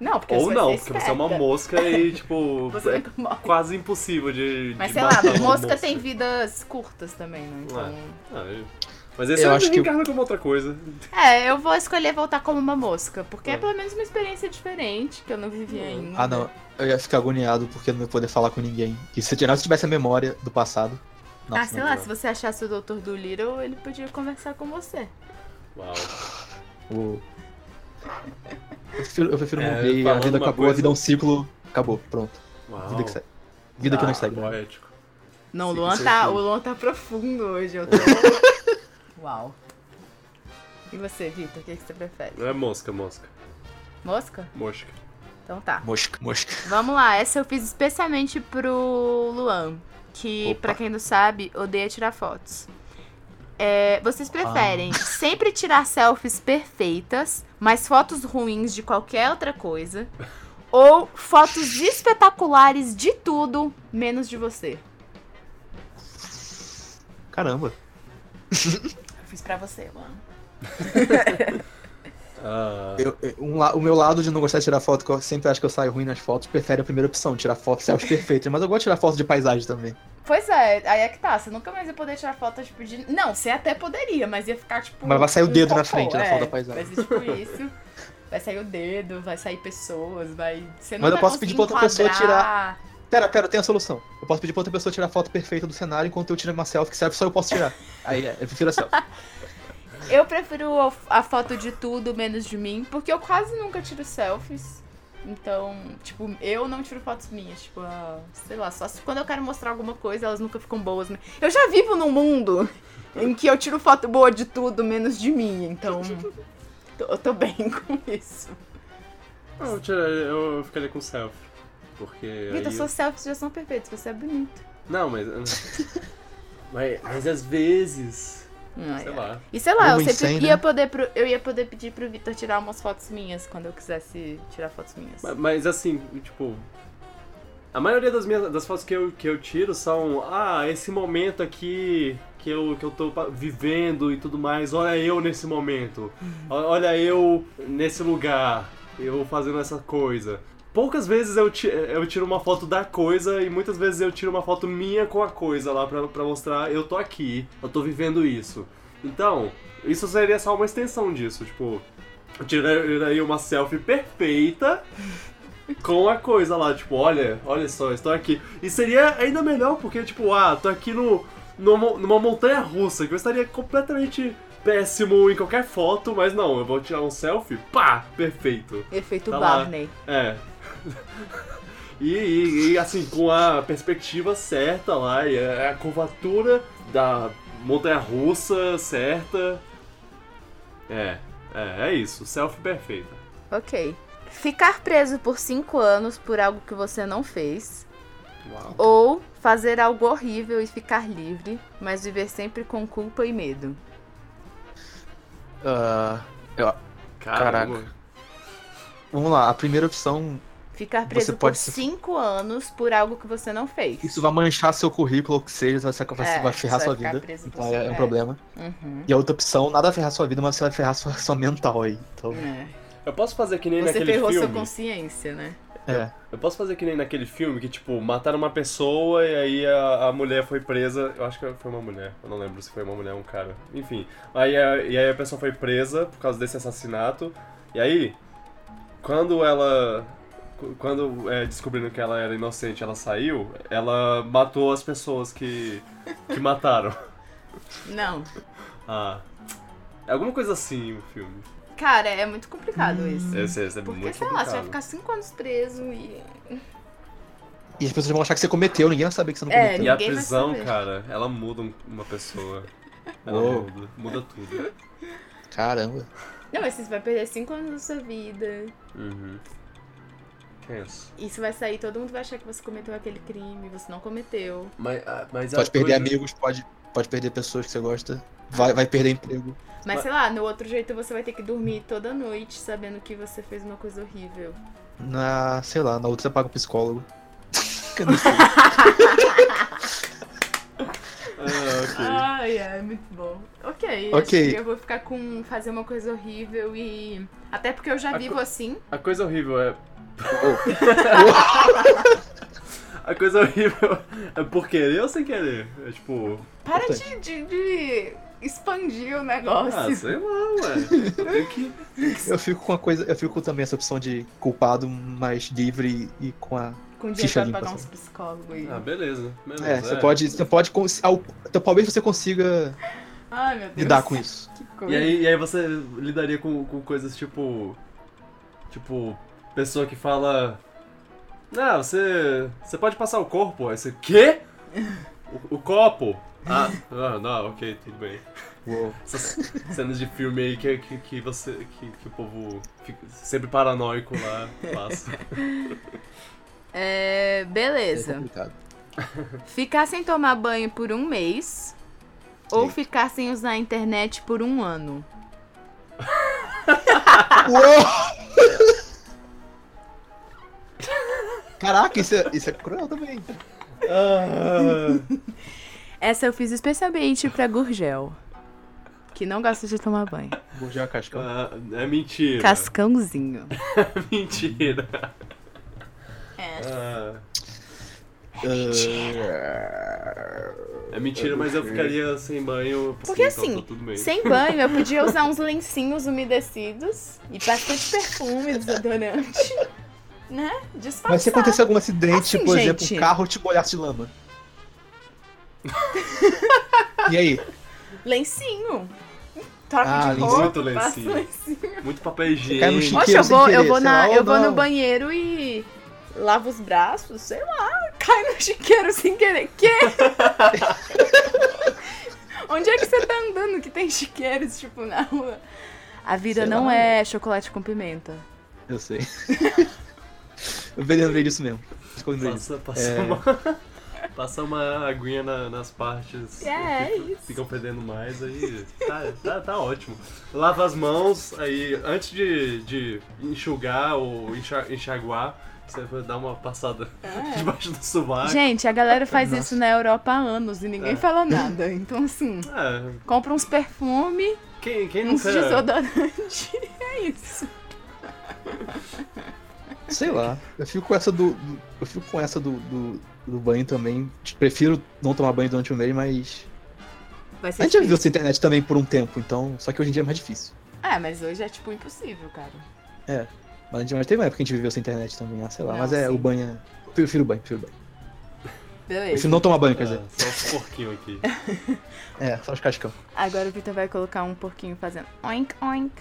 [SPEAKER 1] Não, porque
[SPEAKER 3] Ou
[SPEAKER 1] você
[SPEAKER 3] não,
[SPEAKER 1] vai ser
[SPEAKER 3] porque você é uma
[SPEAKER 1] esperta.
[SPEAKER 3] mosca e, tipo,
[SPEAKER 1] Você
[SPEAKER 3] é
[SPEAKER 1] nunca morre.
[SPEAKER 3] quase impossível de.
[SPEAKER 1] Mas
[SPEAKER 3] de
[SPEAKER 1] sei lá,
[SPEAKER 3] matar uma
[SPEAKER 1] mosca tem vidas curtas também, né? Então...
[SPEAKER 3] Ah, eu- Mas esse
[SPEAKER 2] Eu
[SPEAKER 3] eu
[SPEAKER 2] acho
[SPEAKER 3] acho
[SPEAKER 2] que-
[SPEAKER 3] reencarna como outra coisa.
[SPEAKER 1] É, eu vou escolher voltar como uma mosca, porque é
[SPEAKER 3] É.
[SPEAKER 1] pelo menos uma experiência diferente que eu não vivi ainda.
[SPEAKER 2] Ah, não. Eu ia ficar agoniado porque eu não ia poder falar com ninguém. E se eu tivesse- se tivesse a memória do passado. Nossa,
[SPEAKER 1] ah, sei
[SPEAKER 2] não.
[SPEAKER 1] lá, se você achasse o Dr. Dolittle, ele podia conversar com você.
[SPEAKER 3] Uau.
[SPEAKER 2] O- Eu prefiro, eu prefiro
[SPEAKER 3] É,
[SPEAKER 2] morrer, a
[SPEAKER 3] falando
[SPEAKER 2] vida
[SPEAKER 3] uma
[SPEAKER 2] acabou, a
[SPEAKER 3] coisa-
[SPEAKER 2] vida é um ciclo. Acabou, pronto.
[SPEAKER 3] Uau.
[SPEAKER 2] Vida que segue. Vida que não segue.
[SPEAKER 3] Ah,
[SPEAKER 2] né?
[SPEAKER 3] poético.
[SPEAKER 1] Não, o
[SPEAKER 3] Sim,
[SPEAKER 1] Luan
[SPEAKER 3] com
[SPEAKER 1] tá,
[SPEAKER 3] certeza.
[SPEAKER 1] o Luan tá profundo hoje. Eu tô... Uau. E você, Vitor, o que, que você prefere?
[SPEAKER 3] Não é mosca, mosca.
[SPEAKER 1] Mosca?
[SPEAKER 3] Mosca.
[SPEAKER 1] Então tá.
[SPEAKER 2] Mosca, mosca.
[SPEAKER 1] Vamos lá, essa eu fiz especialmente pro Luan, que,
[SPEAKER 2] Opa.
[SPEAKER 1] pra quem não sabe, odeia tirar fotos. É,
[SPEAKER 3] Ah.
[SPEAKER 1] vocês preferem sempre tirar selfies perfeitas, mas fotos ruins de qualquer outra coisa, ou fotos espetaculares de tudo, menos de você?
[SPEAKER 2] Caramba.
[SPEAKER 1] Eu fiz pra você, Luan.
[SPEAKER 3] Ah,
[SPEAKER 2] Eu- eu- um la- o meu lado de não gostar de tirar foto, que eu sempre acho que eu saio ruim nas fotos, prefere a primeira opção, tirar foto de céus perfeitos. Mas eu gosto de tirar foto de paisagem também.
[SPEAKER 1] Pois é, aí é que tá, você nunca mais ia poder tirar foto, tipo, de... Não, você até poderia, mas ia ficar, tipo...
[SPEAKER 2] Mas vai sair o
[SPEAKER 1] um
[SPEAKER 2] dedo na
[SPEAKER 1] cocô,
[SPEAKER 2] frente da
[SPEAKER 1] é,
[SPEAKER 2] foto da paisagem.
[SPEAKER 1] Vai ser tipo isso, vai sair o dedo, vai sair pessoas, vai... Você não
[SPEAKER 2] Mas eu
[SPEAKER 1] vai
[SPEAKER 2] posso
[SPEAKER 1] conseguir
[SPEAKER 2] pedir pra outra pessoa
[SPEAKER 1] enquadrar.
[SPEAKER 2] Pera, pera, eu tenho a solução. Eu posso pedir pra outra pessoa tirar foto perfeita do cenário enquanto eu tiro uma selfie, que selfie só eu posso tirar. Aí é, eu prefiro a selfie.
[SPEAKER 1] Eu prefiro a- a foto de tudo, menos de mim, porque eu quase nunca tiro selfies. Então, tipo, eu não tiro fotos minhas, tipo, ah, sei lá, só se quando eu quero mostrar alguma coisa, elas nunca ficam boas. Né? Eu já vivo num mundo em que eu tiro foto boa de tudo, menos de mim, então tô- eu tô bem com isso.
[SPEAKER 3] eu, tiraria- eu ficaria com selfie. Porque.
[SPEAKER 1] Vitor,
[SPEAKER 3] aí eu-
[SPEAKER 1] suas selfies já são perfeitas, você é bonito.
[SPEAKER 3] Não, mas. mas, mas às vezes.
[SPEAKER 1] Não,
[SPEAKER 3] Sei
[SPEAKER 1] é.
[SPEAKER 3] lá.
[SPEAKER 1] E sei lá, eu
[SPEAKER 2] Ou
[SPEAKER 1] sempre
[SPEAKER 2] insane, né?
[SPEAKER 1] ia, poder pro- eu ia poder pedir pro Vitor tirar umas fotos minhas quando eu quisesse tirar fotos minhas.
[SPEAKER 3] Ma- Mas assim, tipo. A maioria das minhas das fotos que eu, que eu tiro são. Ah, esse momento aqui que eu, que eu tô pa- vivendo e tudo mais. Olha eu nesse momento. O- Olha eu nesse lugar. Eu fazendo essa coisa. Poucas vezes eu, ti- eu tiro uma foto da coisa e muitas vezes eu tiro uma foto minha com a coisa lá pra, pra mostrar eu tô aqui, eu tô vivendo isso. Então, isso seria só uma extensão disso, tipo, eu tiraria uma selfie perfeita com a coisa lá, tipo, olha, olha só, estou aqui. E seria ainda melhor porque, tipo, ah, tô aqui no, numa, numa montanha russa, que eu estaria completamente péssimo em qualquer foto, mas não, eu vou tirar um selfie, pá, perfeito.
[SPEAKER 1] Efeito
[SPEAKER 3] Tá lá.
[SPEAKER 1] Barney.
[SPEAKER 3] É. E, e- e, assim, com a perspectiva certa lá, e a, a curvatura da montanha russa certa. É, é, é isso, selfie perfeita.
[SPEAKER 1] Ok. Ficar preso por 5 anos por algo que você não fez.
[SPEAKER 3] Uau.
[SPEAKER 1] Ou fazer algo horrível e ficar livre, mas viver sempre com culpa e medo.
[SPEAKER 2] Ah,
[SPEAKER 3] Caramba.
[SPEAKER 2] vamos lá, a primeira opção,
[SPEAKER 1] Ficar
[SPEAKER 2] Você
[SPEAKER 1] preso por
[SPEAKER 2] pode se-
[SPEAKER 1] 5 anos por algo que você não fez.
[SPEAKER 2] isso vai manchar seu currículo ou o que seja, vai, ser- vai,
[SPEAKER 1] É,
[SPEAKER 2] vai ferrar
[SPEAKER 1] você
[SPEAKER 2] sua
[SPEAKER 1] vai ficar
[SPEAKER 2] vida.
[SPEAKER 1] preso por
[SPEAKER 2] Então é, é um
[SPEAKER 1] sempre.
[SPEAKER 2] problema.
[SPEAKER 1] Uhum.
[SPEAKER 2] E a outra opção, nada vai ferrar sua vida, mas você vai ferrar sua, sua mental aí. Então,
[SPEAKER 1] É.
[SPEAKER 3] Eu posso fazer que nem
[SPEAKER 1] Você
[SPEAKER 3] naquele
[SPEAKER 1] ferrou
[SPEAKER 3] filme.
[SPEAKER 1] sua consciência, né?
[SPEAKER 2] é.
[SPEAKER 3] Eu posso fazer que nem naquele filme que, tipo, mataram uma pessoa e aí a, a mulher foi presa. Eu acho que foi uma mulher, eu não lembro se foi uma mulher ou um cara. Enfim. Aí a, e aí a pessoa foi presa por causa desse assassinato. E aí, quando ela. qu- Quando é, descobrindo que ela era inocente, ela saiu, ela matou as pessoas que. que mataram.
[SPEAKER 1] Não.
[SPEAKER 3] Ah. É alguma coisa assim o filme.
[SPEAKER 1] Cara, é muito complicado
[SPEAKER 2] Hum.
[SPEAKER 1] isso.
[SPEAKER 3] Esse, esse é
[SPEAKER 1] Porque,
[SPEAKER 3] muito
[SPEAKER 1] sei lá,
[SPEAKER 3] complicado.
[SPEAKER 1] você vai ficar 5 anos preso e.
[SPEAKER 2] E as pessoas vão achar que você cometeu, ninguém vai saber que você não
[SPEAKER 1] É,
[SPEAKER 2] cometeu.
[SPEAKER 3] E a
[SPEAKER 1] Ninguém vai
[SPEAKER 3] prisão,
[SPEAKER 1] saber.
[SPEAKER 3] cara, ela muda um- uma pessoa. Ela
[SPEAKER 2] Uou.
[SPEAKER 3] muda, muda tudo.
[SPEAKER 2] Caramba.
[SPEAKER 1] Não, mas você vai perder 5 anos da sua vida.
[SPEAKER 3] Uhum. Tenso.
[SPEAKER 1] Isso vai sair, todo mundo vai achar que você cometeu aquele crime, você não cometeu.
[SPEAKER 3] Mas, ah, mas a
[SPEAKER 2] Pode perder
[SPEAKER 3] coisa-
[SPEAKER 2] amigos, pode, pode perder pessoas que você gosta. Vai, vai perder emprego.
[SPEAKER 1] Mas
[SPEAKER 3] Mas-
[SPEAKER 1] sei lá, no outro jeito você vai ter que dormir toda noite sabendo que você fez uma coisa horrível.
[SPEAKER 2] Na, sei lá, na outra você paga um psicólogo. Eu não sei.
[SPEAKER 3] Ah, ok.
[SPEAKER 1] Ai, é muito bom. Ok,
[SPEAKER 2] Ok.
[SPEAKER 1] acho que eu vou ficar com fazer uma coisa horrível e. Até porque eu já
[SPEAKER 3] A
[SPEAKER 1] vivo
[SPEAKER 3] co-
[SPEAKER 1] assim.
[SPEAKER 3] A coisa horrível é. a coisa horrível é por querer ou sem querer? É tipo.
[SPEAKER 1] Para de,
[SPEAKER 2] Importante.
[SPEAKER 1] de- de expandir o negócio.
[SPEAKER 3] Ah, sei lá, ué. Eu tenho que.
[SPEAKER 2] eu fico com a coisa. Eu fico com também essa opção de culpado, mas livre e com a.
[SPEAKER 1] com dinheiro
[SPEAKER 2] Ficha
[SPEAKER 1] pra
[SPEAKER 2] limpa,
[SPEAKER 1] pagar
[SPEAKER 2] sabe?
[SPEAKER 1] uns psicólogos aí.
[SPEAKER 3] Ah, beleza. beleza
[SPEAKER 2] É, você pode. Você pode. cons- ao- então, talvez você consiga
[SPEAKER 1] Ai, meu Deus.
[SPEAKER 2] lidar com isso.
[SPEAKER 1] Que
[SPEAKER 3] E
[SPEAKER 1] coisa.
[SPEAKER 3] aí, e aí você lidaria com, com coisas tipo. Tipo, pessoa que fala. Ah, você. Você pode passar o corpo. Aí você. Quê? O, o copo? Ah, ah, não, ok, tudo bem. Essas cenas de filme aí que, que, que você. Que, que o povo fica sempre paranoico lá passa.
[SPEAKER 1] É,
[SPEAKER 2] É
[SPEAKER 1] beleza.
[SPEAKER 2] complicado.
[SPEAKER 1] Ficar sem tomar banho por um mês ou
[SPEAKER 2] Sim.
[SPEAKER 1] ficar sem usar a internet por um ano?
[SPEAKER 2] Uou! Caraca, isso é, isso é cruel também.
[SPEAKER 1] Essa eu fiz especialmente pra Gurgel, que não gosta de tomar banho.
[SPEAKER 2] Bugei uma cascão.
[SPEAKER 3] Ah, é
[SPEAKER 2] né?
[SPEAKER 3] mentira.
[SPEAKER 1] Cascãozinho.
[SPEAKER 3] Mentira. Ah,
[SPEAKER 2] Ah,
[SPEAKER 3] é mentira, mas eu ficaria sem banho.
[SPEAKER 1] Porque
[SPEAKER 3] então tá
[SPEAKER 1] assim,
[SPEAKER 3] tudo bem.
[SPEAKER 1] Sem banho, eu podia usar uns lencinhos umedecidos e bastante perfume desodorante, né? Disfarçar.
[SPEAKER 2] Mas se acontecer algum acidente,
[SPEAKER 1] Assim,
[SPEAKER 2] por
[SPEAKER 1] gente.
[SPEAKER 2] exemplo, um carro te molhasse de lama. e aí?
[SPEAKER 1] Lencinho. Troca
[SPEAKER 2] Ah,
[SPEAKER 1] de
[SPEAKER 2] lencinho.
[SPEAKER 1] roupa,
[SPEAKER 3] Muito
[SPEAKER 1] passa
[SPEAKER 3] lencinho.
[SPEAKER 1] lencinho.
[SPEAKER 3] Muito papel higiênico.
[SPEAKER 2] cai no
[SPEAKER 1] Poxa,
[SPEAKER 2] Queira
[SPEAKER 1] eu
[SPEAKER 2] sem
[SPEAKER 1] vou, eu
[SPEAKER 2] querer,
[SPEAKER 1] vou,
[SPEAKER 2] sei
[SPEAKER 1] na,
[SPEAKER 2] lá,
[SPEAKER 1] eu
[SPEAKER 2] ou
[SPEAKER 1] vou no
[SPEAKER 2] não.
[SPEAKER 1] banheiro e lavo os braços, sei lá, cai no chiqueiro sem querer. Quê? Onde é que você tá andando que tem chiqueiros, tipo, na rua? A vida
[SPEAKER 2] Sei
[SPEAKER 1] não
[SPEAKER 2] lá.
[SPEAKER 1] é chocolate com pimenta.
[SPEAKER 2] Eu sei. eu bem lembrei disso mesmo. Acho que eu lembrei disso.
[SPEAKER 3] Passa, passa
[SPEAKER 2] É.
[SPEAKER 3] uma. Passar uma aguinha na- nas partes
[SPEAKER 4] É,
[SPEAKER 3] que
[SPEAKER 4] é isso.
[SPEAKER 3] ficam perdendo mais, aí tá, tá, tá ótimo. Lava as mãos, aí antes de, de enxugar ou enxa- enxaguar, você vai dar uma passada
[SPEAKER 4] É.
[SPEAKER 3] debaixo do sovaco.
[SPEAKER 1] Gente, a galera faz
[SPEAKER 2] Ah, Nossa.
[SPEAKER 1] isso na Europa há anos e ninguém
[SPEAKER 3] É.
[SPEAKER 1] fala nada. Então, assim,
[SPEAKER 3] É,
[SPEAKER 1] compra uns perfume,
[SPEAKER 3] quem, quem
[SPEAKER 1] uns
[SPEAKER 3] nunca...
[SPEAKER 1] desodorante. É isso.
[SPEAKER 2] Sei lá. Eu fico com essa do. do- eu fico com essa do, do, do banho também. Prefiro não tomar banho durante o mês, mas.
[SPEAKER 1] Vai
[SPEAKER 2] A
[SPEAKER 1] ser
[SPEAKER 2] gente já
[SPEAKER 1] difícil.
[SPEAKER 2] viu essa internet também por um tempo, então. Só que hoje em dia é mais difícil.
[SPEAKER 1] Ah, mas hoje é tipo impossível, cara.
[SPEAKER 2] Mas a gente mas teve uma época que a gente viveu sem internet também, ah, sei lá.
[SPEAKER 1] Não,
[SPEAKER 2] mas é,
[SPEAKER 1] sim.
[SPEAKER 2] o banho é. eu Prefiro o banho, prefiro o banho. Eu
[SPEAKER 1] Beleza.
[SPEAKER 2] prefiro não tomar banho, quer dizer.
[SPEAKER 3] Ah, só os porquinho aqui.
[SPEAKER 2] É, só os cascão.
[SPEAKER 1] Agora o Vitor vai colocar um porquinho fazendo oink, oink.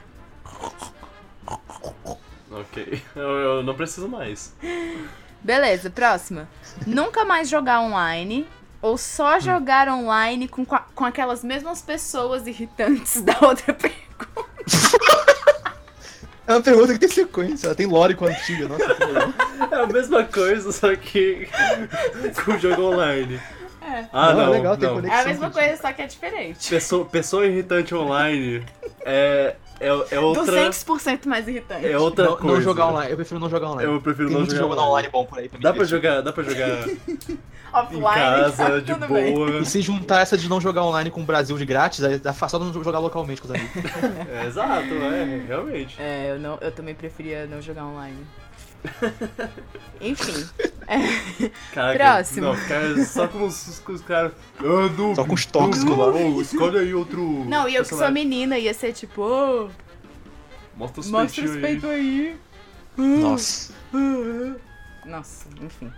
[SPEAKER 3] Ok. Eu, eu não preciso mais.
[SPEAKER 1] Beleza, próxima. Nunca mais jogar online ou
[SPEAKER 3] Hum.
[SPEAKER 1] só jogar online com, qua- com aquelas mesmas pessoas irritantes da outra pessoa.
[SPEAKER 2] É uma pergunta que tem sequência. Ela tem lore com a antiga, nossa. que legal.
[SPEAKER 3] É a mesma coisa, só que com jogo online. Ah,
[SPEAKER 2] Não,
[SPEAKER 3] não.
[SPEAKER 2] é legal, tem
[SPEAKER 3] não.
[SPEAKER 2] conexão.
[SPEAKER 1] É a mesma coisa, só que é diferente.
[SPEAKER 3] Pessoa, pessoa irritante online é, é, é outra.
[SPEAKER 1] 200% mais irritante.
[SPEAKER 3] É outra
[SPEAKER 2] Não,
[SPEAKER 3] coisa.
[SPEAKER 2] não jogar online. Eu prefiro não jogar online.
[SPEAKER 3] Eu prefiro
[SPEAKER 2] Tem
[SPEAKER 3] não
[SPEAKER 2] muito
[SPEAKER 3] jogar
[SPEAKER 2] jogo
[SPEAKER 3] online.
[SPEAKER 2] online bom por aí pra mim.
[SPEAKER 3] Dá pra jogar, dá pra jogar em
[SPEAKER 4] Offline,
[SPEAKER 3] casa,
[SPEAKER 4] tá
[SPEAKER 3] de
[SPEAKER 4] tudo bem.
[SPEAKER 3] boa.
[SPEAKER 2] E se juntar essa de não jogar online com o Brasil de grátis, aí dá só não jogar localmente com os amigos.
[SPEAKER 3] É, exato, é, realmente.
[SPEAKER 1] É, eu, não, eu também preferia não jogar online. Enfim,
[SPEAKER 3] Caraca,
[SPEAKER 1] Próximo.
[SPEAKER 3] Não, cara, só com os, com os caras. Ah, noob,
[SPEAKER 2] Só com os tóxicos lá.
[SPEAKER 3] noob, ô, escolhe aí outro.
[SPEAKER 1] não, e eu que sou
[SPEAKER 3] personagem.
[SPEAKER 1] menina ia ser tipo, ô,
[SPEAKER 3] Mostra os
[SPEAKER 1] mostra
[SPEAKER 3] peitinhos
[SPEAKER 1] os
[SPEAKER 3] aí.
[SPEAKER 1] peitos aí. Hum.
[SPEAKER 2] Nossa.
[SPEAKER 1] Nossa, enfim.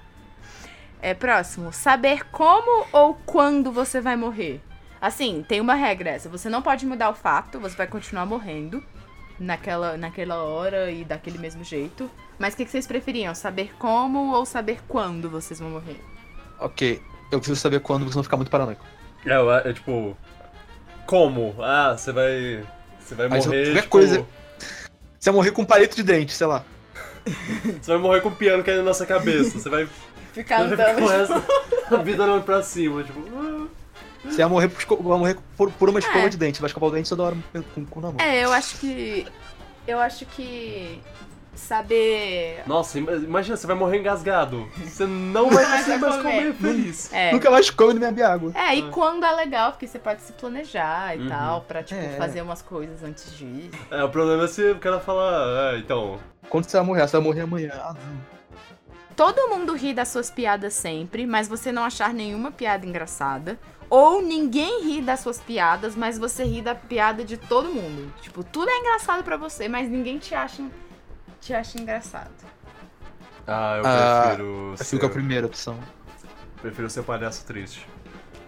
[SPEAKER 1] É próximo. Saber como ou quando você vai morrer. Assim, tem uma regra essa. Você não pode mudar o fato, você vai continuar morrendo naquela, naquela hora e daquele mesmo jeito. Mas o que, que vocês preferiam? Saber como ou saber quando vocês vão morrer?
[SPEAKER 2] Ok. Eu preciso saber quando, porque senão ficar muito paranoico.
[SPEAKER 3] É, eu- é tipo. Como? Ah, você vai. Você vai
[SPEAKER 2] Mas eu-
[SPEAKER 3] morrer.
[SPEAKER 2] qualquer
[SPEAKER 3] Tipo,
[SPEAKER 2] coisa- Você vai morrer com um palito de dente, sei lá.
[SPEAKER 3] Você vai morrer com o piano caindo na nossa cabeça. Você vai.
[SPEAKER 4] Ficar
[SPEAKER 3] você vai
[SPEAKER 4] andando.
[SPEAKER 3] ficar o resto da vida olhando pra cima. Tipo. ah.
[SPEAKER 2] Você vai morrer por, esco- vai morrer por, por uma escova
[SPEAKER 1] É.
[SPEAKER 2] de dente. Vai escovar o dente toda hora com, com na mão.
[SPEAKER 1] É, eu acho que. Eu acho que. Saber.
[SPEAKER 3] Nossa, ima- imagina, você vai morrer engasgado. Você não vai conseguir mais comer feliz.
[SPEAKER 1] É.
[SPEAKER 2] Nunca mais come nem bebe água.
[SPEAKER 1] É, e quando é legal, porque você pode se planejar e
[SPEAKER 3] Uhum.
[SPEAKER 1] tal, pra, tipo,
[SPEAKER 2] É.
[SPEAKER 1] fazer umas coisas antes disso.
[SPEAKER 3] É, o problema é se o cara fala. Ah, então.
[SPEAKER 2] Quando você vai morrer? Você vai morrer amanhã. Ah, não.
[SPEAKER 1] Todo mundo ri das suas piadas sempre, mas você não achar nenhuma piada engraçada. Ou ninguém ri das suas piadas, mas você ri da piada de todo mundo. Tipo, tudo é engraçado pra você, mas ninguém te acha, te acha engraçado.
[SPEAKER 3] Ah, eu
[SPEAKER 2] Ah,
[SPEAKER 3] prefiro. ser,
[SPEAKER 2] Fica a primeira opção.
[SPEAKER 3] prefiro ser um palhaço triste.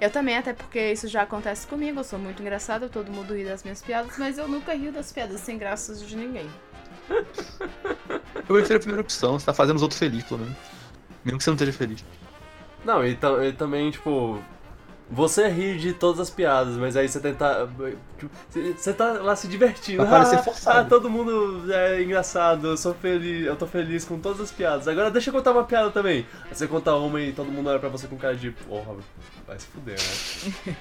[SPEAKER 1] Eu também, até porque isso já acontece comigo. Eu sou muito engraçada, todo mundo ri das minhas piadas, mas eu nunca rio das piadas sem graças de ninguém.
[SPEAKER 2] Eu prefiro a primeira opção. Você tá fazendo os outros felizes, pelo menos. Mesmo que você não esteja feliz.
[SPEAKER 3] Não, e, ta- e também, tipo. Você ri de todas as piadas, mas aí você tenta. tipo, Você você tá lá se divertindo.
[SPEAKER 2] Vai parecer
[SPEAKER 3] Ah,
[SPEAKER 2] forçado.
[SPEAKER 3] Ah, todo mundo é engraçado, eu sou feliz, eu tô feliz com todas as piadas. Agora deixa eu contar uma piada também. Aí você conta uma e todo mundo olha pra você com cara de. Porra, vai se fuder, né?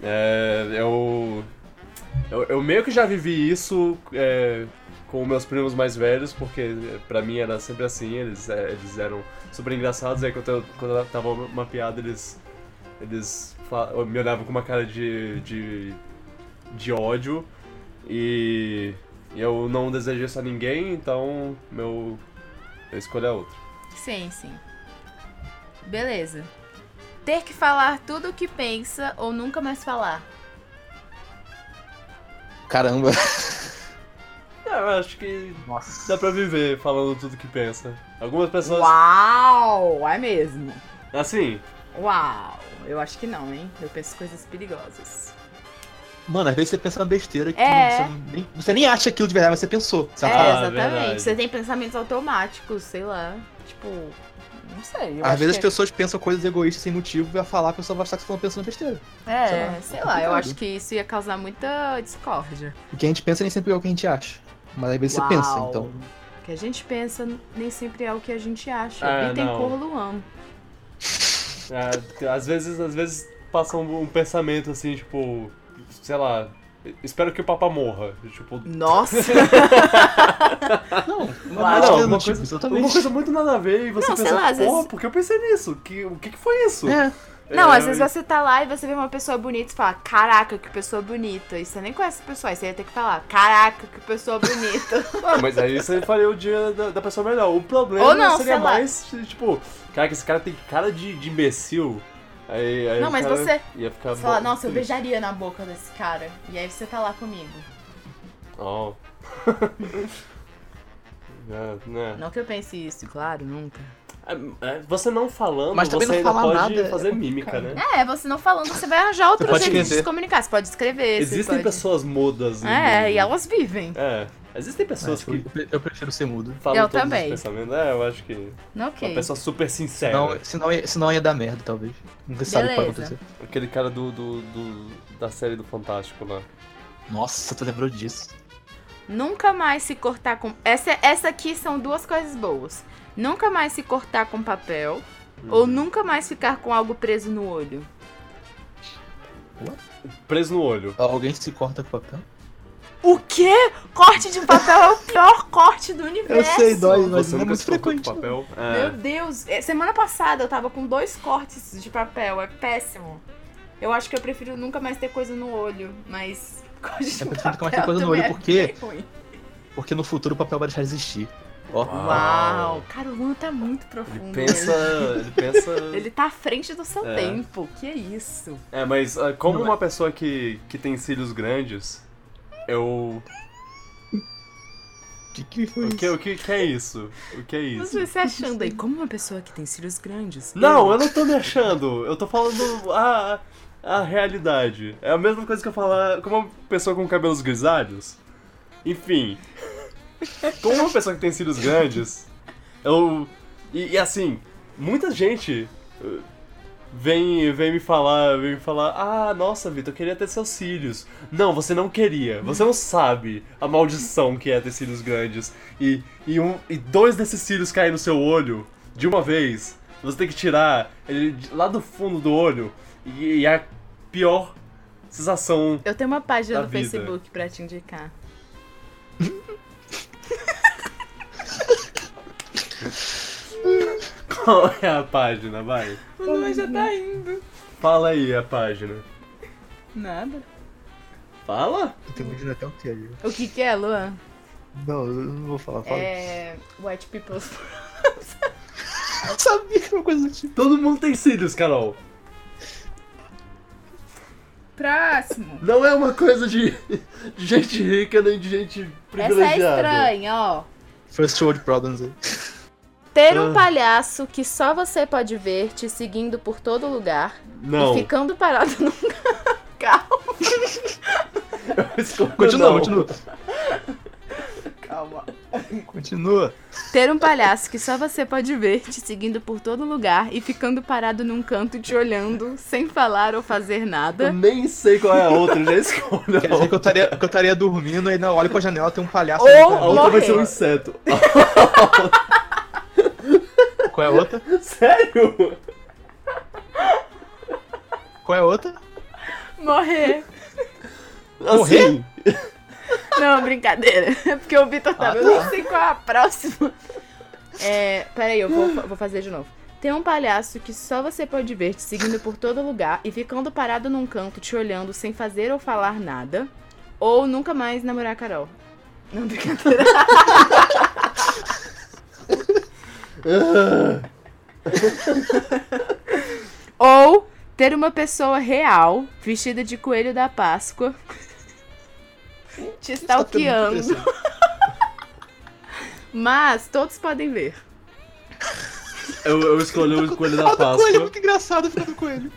[SPEAKER 3] é. Eu. Eu, eu meio que já vivi isso é, com meus primos mais velhos, porque é, pra mim era sempre assim, eles, é, eles eram super engraçados, aí quando eu, quando eu tava uma piada, eles. Eles fa- me olhavam com uma cara de. de. de ódio. E. eu não desejei isso a ninguém, então meu. Eu escolhi a outra.
[SPEAKER 1] Sim, sim. Beleza. Ter que falar tudo o que pensa ou nunca mais falar.
[SPEAKER 2] Caramba.
[SPEAKER 3] É, Eu acho que
[SPEAKER 2] Nossa.
[SPEAKER 3] dá pra viver falando tudo que pensa. Algumas pessoas.
[SPEAKER 1] Uau! É mesmo.
[SPEAKER 3] Assim,
[SPEAKER 1] Uau! Eu acho que não, hein? Eu penso coisas perigosas.
[SPEAKER 2] Mano, às vezes você pensa uma besteira que
[SPEAKER 1] É.
[SPEAKER 2] você, não- nem, você nem acha aquilo de verdade, mas você pensou. sabe?
[SPEAKER 1] é,
[SPEAKER 3] Ah,
[SPEAKER 1] exatamente.
[SPEAKER 3] verdade.
[SPEAKER 1] Você tem pensamentos automáticos, sei lá. Tipo, não sei. eu
[SPEAKER 2] Às
[SPEAKER 1] acho
[SPEAKER 2] vezes as
[SPEAKER 1] que...
[SPEAKER 2] pessoas pensam coisas egoístas sem motivo e vai falar, a pessoa vai achar que você tá falando pensando besteira.
[SPEAKER 1] É,
[SPEAKER 2] sei
[SPEAKER 1] sei
[SPEAKER 2] lá,
[SPEAKER 1] lá.
[SPEAKER 2] complicado.
[SPEAKER 1] eu acho que isso ia causar muita discórdia.
[SPEAKER 2] O que a gente pensa nem sempre é o que a gente acha. Mas às vezes
[SPEAKER 1] Uau.
[SPEAKER 2] você pensa, então.
[SPEAKER 1] O que a gente pensa nem sempre é o que a gente acha.
[SPEAKER 3] Ah,
[SPEAKER 1] e tem
[SPEAKER 3] não.
[SPEAKER 1] cor Luan.
[SPEAKER 3] Ah, às vezes, às vezes passa um, um pensamento assim, tipo, sei lá, espero que o papa morra. Tipo,
[SPEAKER 1] Nossa!
[SPEAKER 2] Não, uma
[SPEAKER 4] Claro.
[SPEAKER 2] coisa
[SPEAKER 3] Não,
[SPEAKER 2] do
[SPEAKER 3] uma
[SPEAKER 2] tipo,
[SPEAKER 3] coisa-
[SPEAKER 2] exatamente.
[SPEAKER 3] uma coisa muito nada a ver e você
[SPEAKER 1] Não, sei
[SPEAKER 3] pensa,
[SPEAKER 1] lá, às
[SPEAKER 3] porra,
[SPEAKER 1] vezes-
[SPEAKER 3] por que eu pensei nisso? Que, o que que foi isso?
[SPEAKER 2] É,
[SPEAKER 1] Não,
[SPEAKER 3] É,
[SPEAKER 1] às vezes
[SPEAKER 3] e-
[SPEAKER 1] você tá lá e você vê uma pessoa bonita e fala, caraca, que pessoa bonita. E você nem conhece essa pessoa, aí você ia ter que falar, caraca, que pessoa bonita.
[SPEAKER 3] Ah, mas aí você faria o dia da, da pessoa melhor. O problema
[SPEAKER 1] Ou não, sei
[SPEAKER 3] seria
[SPEAKER 1] lá.
[SPEAKER 3] mais, tipo, cara, que esse cara tem cara de, de imbecil. Aí, aí
[SPEAKER 1] Não,
[SPEAKER 3] o
[SPEAKER 1] mas
[SPEAKER 3] cara
[SPEAKER 1] você-
[SPEAKER 3] Ia ficar
[SPEAKER 1] Você fala,
[SPEAKER 3] bom,
[SPEAKER 1] nossa, eu
[SPEAKER 3] triste.
[SPEAKER 1] beijaria na boca desse cara. E aí você tá lá comigo.
[SPEAKER 3] Ó. É, né.
[SPEAKER 1] Não que eu pense isso, claro, nunca.
[SPEAKER 3] É, é, Você não falando,
[SPEAKER 2] Mas também
[SPEAKER 3] você ainda
[SPEAKER 2] não falar
[SPEAKER 3] pode
[SPEAKER 2] nada é
[SPEAKER 3] fazer
[SPEAKER 2] complicado.
[SPEAKER 3] mímica, né?
[SPEAKER 1] É, você não falando, você vai arranjar outro
[SPEAKER 2] pode
[SPEAKER 1] jeito de
[SPEAKER 2] escrever.
[SPEAKER 1] se comunicar. Você pode escrever, você
[SPEAKER 3] Existem
[SPEAKER 1] pode-
[SPEAKER 3] pessoas mudas. no mundo.
[SPEAKER 1] É, e elas vivem.
[SPEAKER 3] É. Existem pessoas
[SPEAKER 2] eu,
[SPEAKER 3] que
[SPEAKER 2] pre- eu prefiro ser mudo.
[SPEAKER 3] falam
[SPEAKER 1] Eu
[SPEAKER 3] todos
[SPEAKER 1] também.
[SPEAKER 3] os pensamentos. É, eu acho que. Uma
[SPEAKER 1] Ok.
[SPEAKER 3] pessoa super sincera.
[SPEAKER 2] Não, senão, ia- senão ia dar merda, talvez. Nunca sabe o que pode
[SPEAKER 1] Beleza.
[SPEAKER 2] acontecer.
[SPEAKER 3] Aquele cara do, do, do- da série do Fantástico lá.
[SPEAKER 2] Nossa, tu lembrou disso.
[SPEAKER 1] Nunca mais se cortar com. Essa, essa aqui são duas coisas boas. Nunca mais se cortar com papel. Ou nunca mais ficar com algo preso no olho.
[SPEAKER 3] Preso no olho.
[SPEAKER 2] Alguém se corta com papel?
[SPEAKER 1] O quê? Corte de papel é o pior corte do universo.
[SPEAKER 2] mas
[SPEAKER 3] Você
[SPEAKER 2] não é
[SPEAKER 3] nunca
[SPEAKER 2] muito
[SPEAKER 3] se cortou
[SPEAKER 2] frequente,
[SPEAKER 3] com papel.
[SPEAKER 1] Meu
[SPEAKER 3] É.
[SPEAKER 1] Deus, é, semana passada eu tava com dois cortes de papel, é péssimo. Eu acho que eu prefiro nunca mais ter coisa no olho, mas corte de
[SPEAKER 2] É, Eu prefiro
[SPEAKER 1] papel
[SPEAKER 2] nunca mais ter coisa no
[SPEAKER 1] também
[SPEAKER 2] olho,
[SPEAKER 1] é
[SPEAKER 2] porque-
[SPEAKER 1] bem ruim.
[SPEAKER 2] Porque no futuro o papel vai deixar de existir. Ó,
[SPEAKER 3] Uau.
[SPEAKER 1] Uau, cara, o Luan tá muito profundo.
[SPEAKER 3] Ele pensa.
[SPEAKER 1] hoje.
[SPEAKER 3] Ele pensa.
[SPEAKER 1] Ele tá à frente do seu
[SPEAKER 3] É.
[SPEAKER 1] tempo, que isso?
[SPEAKER 3] É, mas ah, como
[SPEAKER 2] Não é.
[SPEAKER 3] uma pessoa que, que tem cílios grandes, eu.
[SPEAKER 2] que que foi
[SPEAKER 3] O que,
[SPEAKER 2] isso?
[SPEAKER 3] o que, que é isso? O que é
[SPEAKER 1] Mas
[SPEAKER 3] isso?
[SPEAKER 1] você tá achando aí, como uma pessoa que tem cílios grandes...
[SPEAKER 3] Não,
[SPEAKER 1] eu-
[SPEAKER 3] eu não tô me achando. Eu tô falando a, a realidade. É a mesma coisa que eu falar com uma pessoa com cabelos grisalhos. Enfim. Com uma pessoa que tem cílios grandes, eu. E, e assim, muita gente eh, vem, vem me falar, vem me falar, ah, nossa, Vitor, eu queria ter seus cílios. Não, você não queria. Você não sabe a maldição que é ter cílios grandes. E, e, um, e dois desses cílios caem no seu olho de uma vez. Você tem que tirar ele de- lá do fundo do olho. E, e a pior sensação.
[SPEAKER 1] Eu tenho uma página
[SPEAKER 3] Da
[SPEAKER 1] no
[SPEAKER 3] vida.
[SPEAKER 1] Facebook pra te indicar.
[SPEAKER 3] Qual é a página? Vai.
[SPEAKER 1] O Luan já tá indo.
[SPEAKER 3] Fala aí a página.
[SPEAKER 1] Nada.
[SPEAKER 3] Fala?
[SPEAKER 2] Eu tô imaginando até o que ali.
[SPEAKER 1] O que que é, Luan?
[SPEAKER 2] Não, eu não vou falar. Fala.
[SPEAKER 1] É... White people.
[SPEAKER 2] Eu sabia que era uma coisa do tipo.
[SPEAKER 3] Todo mundo tem cílios, Carol.
[SPEAKER 1] Próximo.
[SPEAKER 3] Não é uma coisa de, de gente rica nem de gente
[SPEAKER 1] Essa é
[SPEAKER 3] privilegiada.
[SPEAKER 1] estranha, ó.
[SPEAKER 2] First World Problems aí.
[SPEAKER 1] Ter um
[SPEAKER 3] Ah.
[SPEAKER 1] palhaço que só você pode ver te seguindo por todo lugar
[SPEAKER 3] Não.
[SPEAKER 1] e ficando parado num carro.
[SPEAKER 3] Escolha
[SPEAKER 2] Continua,
[SPEAKER 3] não.
[SPEAKER 2] continua.
[SPEAKER 4] Calma.
[SPEAKER 2] Continua.
[SPEAKER 1] Ter um palhaço que só você pode ver te seguindo por todo lugar e ficando parado num canto te olhando sem falar ou fazer
[SPEAKER 3] Eu
[SPEAKER 1] nada.
[SPEAKER 3] nem sei qual é a outra, já escolho.
[SPEAKER 2] Quer dizer que eu estaria, que eu estaria dormindo e na olho pra janela tem um palhaço.
[SPEAKER 1] Ou-
[SPEAKER 2] ali
[SPEAKER 3] A
[SPEAKER 2] pra mim.
[SPEAKER 3] outra vai ser um
[SPEAKER 1] Morrer.
[SPEAKER 3] inseto.
[SPEAKER 2] Qual é a outra?
[SPEAKER 3] Sério?
[SPEAKER 2] Qual é a outra?
[SPEAKER 1] Morrer.
[SPEAKER 3] Assim,
[SPEAKER 1] Não, brincadeira. É porque o Vitor tá.
[SPEAKER 2] Ah,
[SPEAKER 1] Eu não sei qual é a próxima. É, peraí, eu vou, vou fazer de novo. Tem um palhaço que só você pode ver te seguindo por todo lugar e ficando parado num canto te olhando sem fazer ou falar nada. Ou nunca mais namorar a Carol. Não, brincadeira. ou ter uma pessoa real, vestida de coelho da Páscoa, te
[SPEAKER 2] Tá tendo muito
[SPEAKER 1] stalkeando.
[SPEAKER 2] interessante.
[SPEAKER 1] Mas todos podem ver.
[SPEAKER 3] eu, eu escolhi o coelho da
[SPEAKER 2] Ah, do coelho, é
[SPEAKER 3] Páscoa.
[SPEAKER 2] muito engraçado ficar do coelho.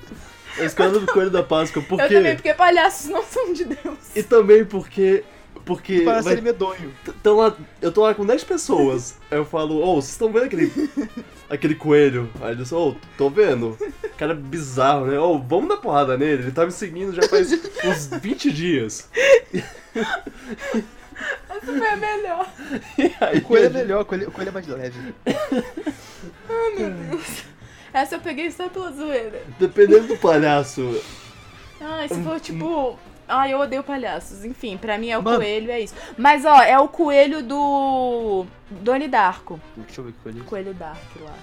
[SPEAKER 3] Eu escolhi o coelho da Páscoa
[SPEAKER 1] Eu também,
[SPEAKER 3] porque.
[SPEAKER 1] porque palhaços não são de Deus.
[SPEAKER 3] E também porque. Porque.
[SPEAKER 2] Parece
[SPEAKER 3] vai-
[SPEAKER 2] ele medonho.
[SPEAKER 3] t- tão lá, eu tô lá com 10 pessoas. Aí eu falo, ô, vocês estão vendo aquele. aquele coelho? Aí eles, ô, tô vendo. Cara bizarro, né? Ô, vamos dar porrada nele. Ele tá me seguindo já faz uns 20 dias.
[SPEAKER 1] Foi a melhor.
[SPEAKER 3] E aí, é
[SPEAKER 2] O coelho é melhor, o coelho, o coelho é mais leve.
[SPEAKER 1] Essa eu peguei só pela zoeira.
[SPEAKER 3] Dependendo do palhaço.
[SPEAKER 1] Ah, se for tipo. Ah, eu odeio palhaços. Enfim, pra mim é o
[SPEAKER 2] Mano.
[SPEAKER 1] coelho, é isso. Mas ó, é o coelho do. Doni Darko.
[SPEAKER 2] Deixa eu ver o que é foi ali.
[SPEAKER 1] Coelho Dark lá.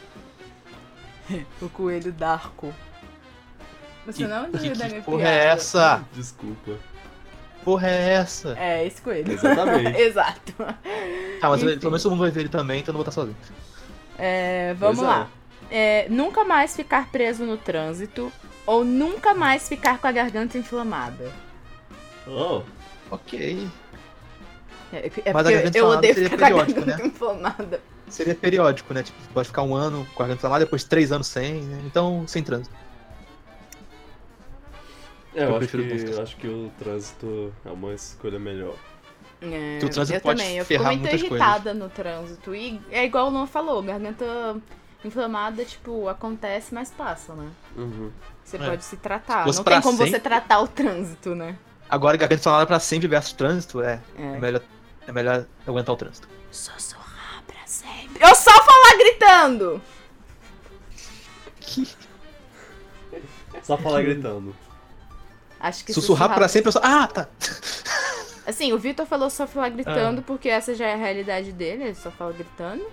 [SPEAKER 1] o coelho Darko.
[SPEAKER 5] Você não
[SPEAKER 2] Que,
[SPEAKER 5] riu da
[SPEAKER 2] que
[SPEAKER 5] minha
[SPEAKER 2] porra
[SPEAKER 5] piada.
[SPEAKER 2] é
[SPEAKER 3] Ah.
[SPEAKER 2] essa?
[SPEAKER 3] Desculpa.
[SPEAKER 2] Porra é essa?
[SPEAKER 1] É, esse coelho.
[SPEAKER 3] Exatamente.
[SPEAKER 1] Exato.
[SPEAKER 2] Tá, mas
[SPEAKER 1] Enfim.
[SPEAKER 2] pelo menos todo mundo vai ver ele também, então eu não vou estar sozinho.
[SPEAKER 1] É, vamos
[SPEAKER 3] Pois é.
[SPEAKER 1] lá. É, nunca mais ficar preso no trânsito ou nunca mais ficar com a garganta inflamada.
[SPEAKER 3] Oh,
[SPEAKER 2] Ok.
[SPEAKER 1] É, é
[SPEAKER 2] Mas a
[SPEAKER 1] porque
[SPEAKER 2] garganta
[SPEAKER 1] eu
[SPEAKER 2] inflamada
[SPEAKER 1] odeio
[SPEAKER 2] seria
[SPEAKER 1] ficar com a
[SPEAKER 2] periódico,
[SPEAKER 1] garganta inflamada.
[SPEAKER 2] Seria periódico, né? Tipo, pode ficar um ano com a garganta inflamada, depois três anos sem, né? Então, sem trânsito.
[SPEAKER 3] é, eu,
[SPEAKER 2] Eu
[SPEAKER 3] acho,
[SPEAKER 2] prefiro
[SPEAKER 3] que,
[SPEAKER 2] buscas.
[SPEAKER 3] acho que o trânsito é uma escolha melhor.
[SPEAKER 1] É,
[SPEAKER 2] Que o trânsito
[SPEAKER 1] eu
[SPEAKER 2] pode
[SPEAKER 1] também, eu fico
[SPEAKER 2] ferrar
[SPEAKER 1] muito
[SPEAKER 2] muitas
[SPEAKER 1] irritada no trânsito. E é igual o Luan falou, garganta inflamada, tipo, acontece, mas passa, né?
[SPEAKER 3] Uhum.
[SPEAKER 1] Você
[SPEAKER 2] É.
[SPEAKER 1] pode se tratar.
[SPEAKER 2] fosse
[SPEAKER 1] Não tem
[SPEAKER 2] pra
[SPEAKER 1] como você
[SPEAKER 2] sempre-
[SPEAKER 1] tratar o trânsito, né?
[SPEAKER 2] Agora, garganta inflamada pra sempre versus trânsito, é, é
[SPEAKER 1] É.
[SPEAKER 2] melhor, é melhor aguentar o trânsito.
[SPEAKER 1] Sussurrar pra sempre. Eu só falar gritando!
[SPEAKER 3] Só falar gritando.
[SPEAKER 1] Acho que
[SPEAKER 2] Sussurrar pra sempre, eu só... Ah, tá!
[SPEAKER 1] Assim, o Vitor falou só falar gritando,
[SPEAKER 2] Ah.
[SPEAKER 1] porque essa já é a realidade dele, ele só fala gritando.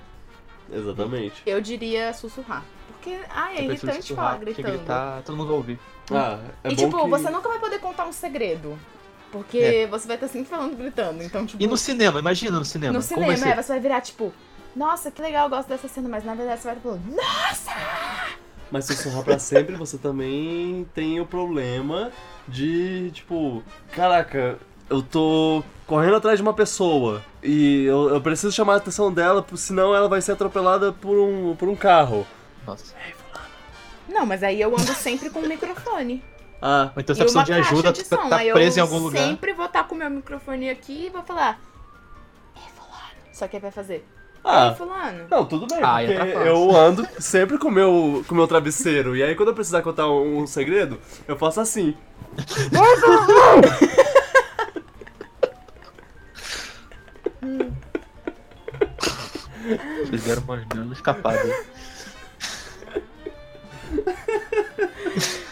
[SPEAKER 3] Exatamente.
[SPEAKER 1] Eu diria sussurrar. Porque, ai, é
[SPEAKER 2] Eu prefiro
[SPEAKER 1] irritante
[SPEAKER 2] sussurrar,
[SPEAKER 1] falar
[SPEAKER 2] porque
[SPEAKER 1] gritando.
[SPEAKER 2] gritar, todo mundo vai ouvir.
[SPEAKER 3] Ah, é
[SPEAKER 1] e
[SPEAKER 3] bom
[SPEAKER 1] tipo,
[SPEAKER 3] que...
[SPEAKER 1] você nunca vai poder contar um segredo. Porque você vai estar sempre falando gritando. Então, tipo,
[SPEAKER 2] É. E no cinema, imagina no cinema.
[SPEAKER 1] no
[SPEAKER 2] como vai
[SPEAKER 1] cinema,
[SPEAKER 2] ser?
[SPEAKER 1] é, você vai virar, tipo, nossa, que legal, eu gosto dessa cena, mas na verdade você vai falando, não!
[SPEAKER 3] Mas sussurrar pra sempre, você também tem o problema de, tipo, caraca, eu tô correndo atrás de uma pessoa e eu, eu preciso chamar a atenção dela, senão ela vai ser atropelada por um, por um carro.
[SPEAKER 2] Nossa.
[SPEAKER 1] Não, mas aí eu ando sempre com o microfone.
[SPEAKER 3] Ah,
[SPEAKER 2] Ou então você
[SPEAKER 1] e uma
[SPEAKER 2] precisa de
[SPEAKER 1] caixa
[SPEAKER 2] ajuda,
[SPEAKER 1] de
[SPEAKER 2] tá,
[SPEAKER 1] som.
[SPEAKER 2] tá
[SPEAKER 1] aí
[SPEAKER 2] preso em
[SPEAKER 1] eu
[SPEAKER 2] algum lugar.
[SPEAKER 1] sempre vou estar com o meu microfone aqui e vou falar. "Ei, fulano." Só que aí vai fazer. Ei,
[SPEAKER 3] ah.
[SPEAKER 1] fulano.
[SPEAKER 3] Não, tudo bem,
[SPEAKER 2] Ah,
[SPEAKER 3] porque
[SPEAKER 2] ia pra fora.
[SPEAKER 3] eu ando sempre com o meu, com o meu travesseiro. E aí quando eu precisar contar um, um segredo, eu faço assim.
[SPEAKER 2] Vocês deram umas duas escapadas.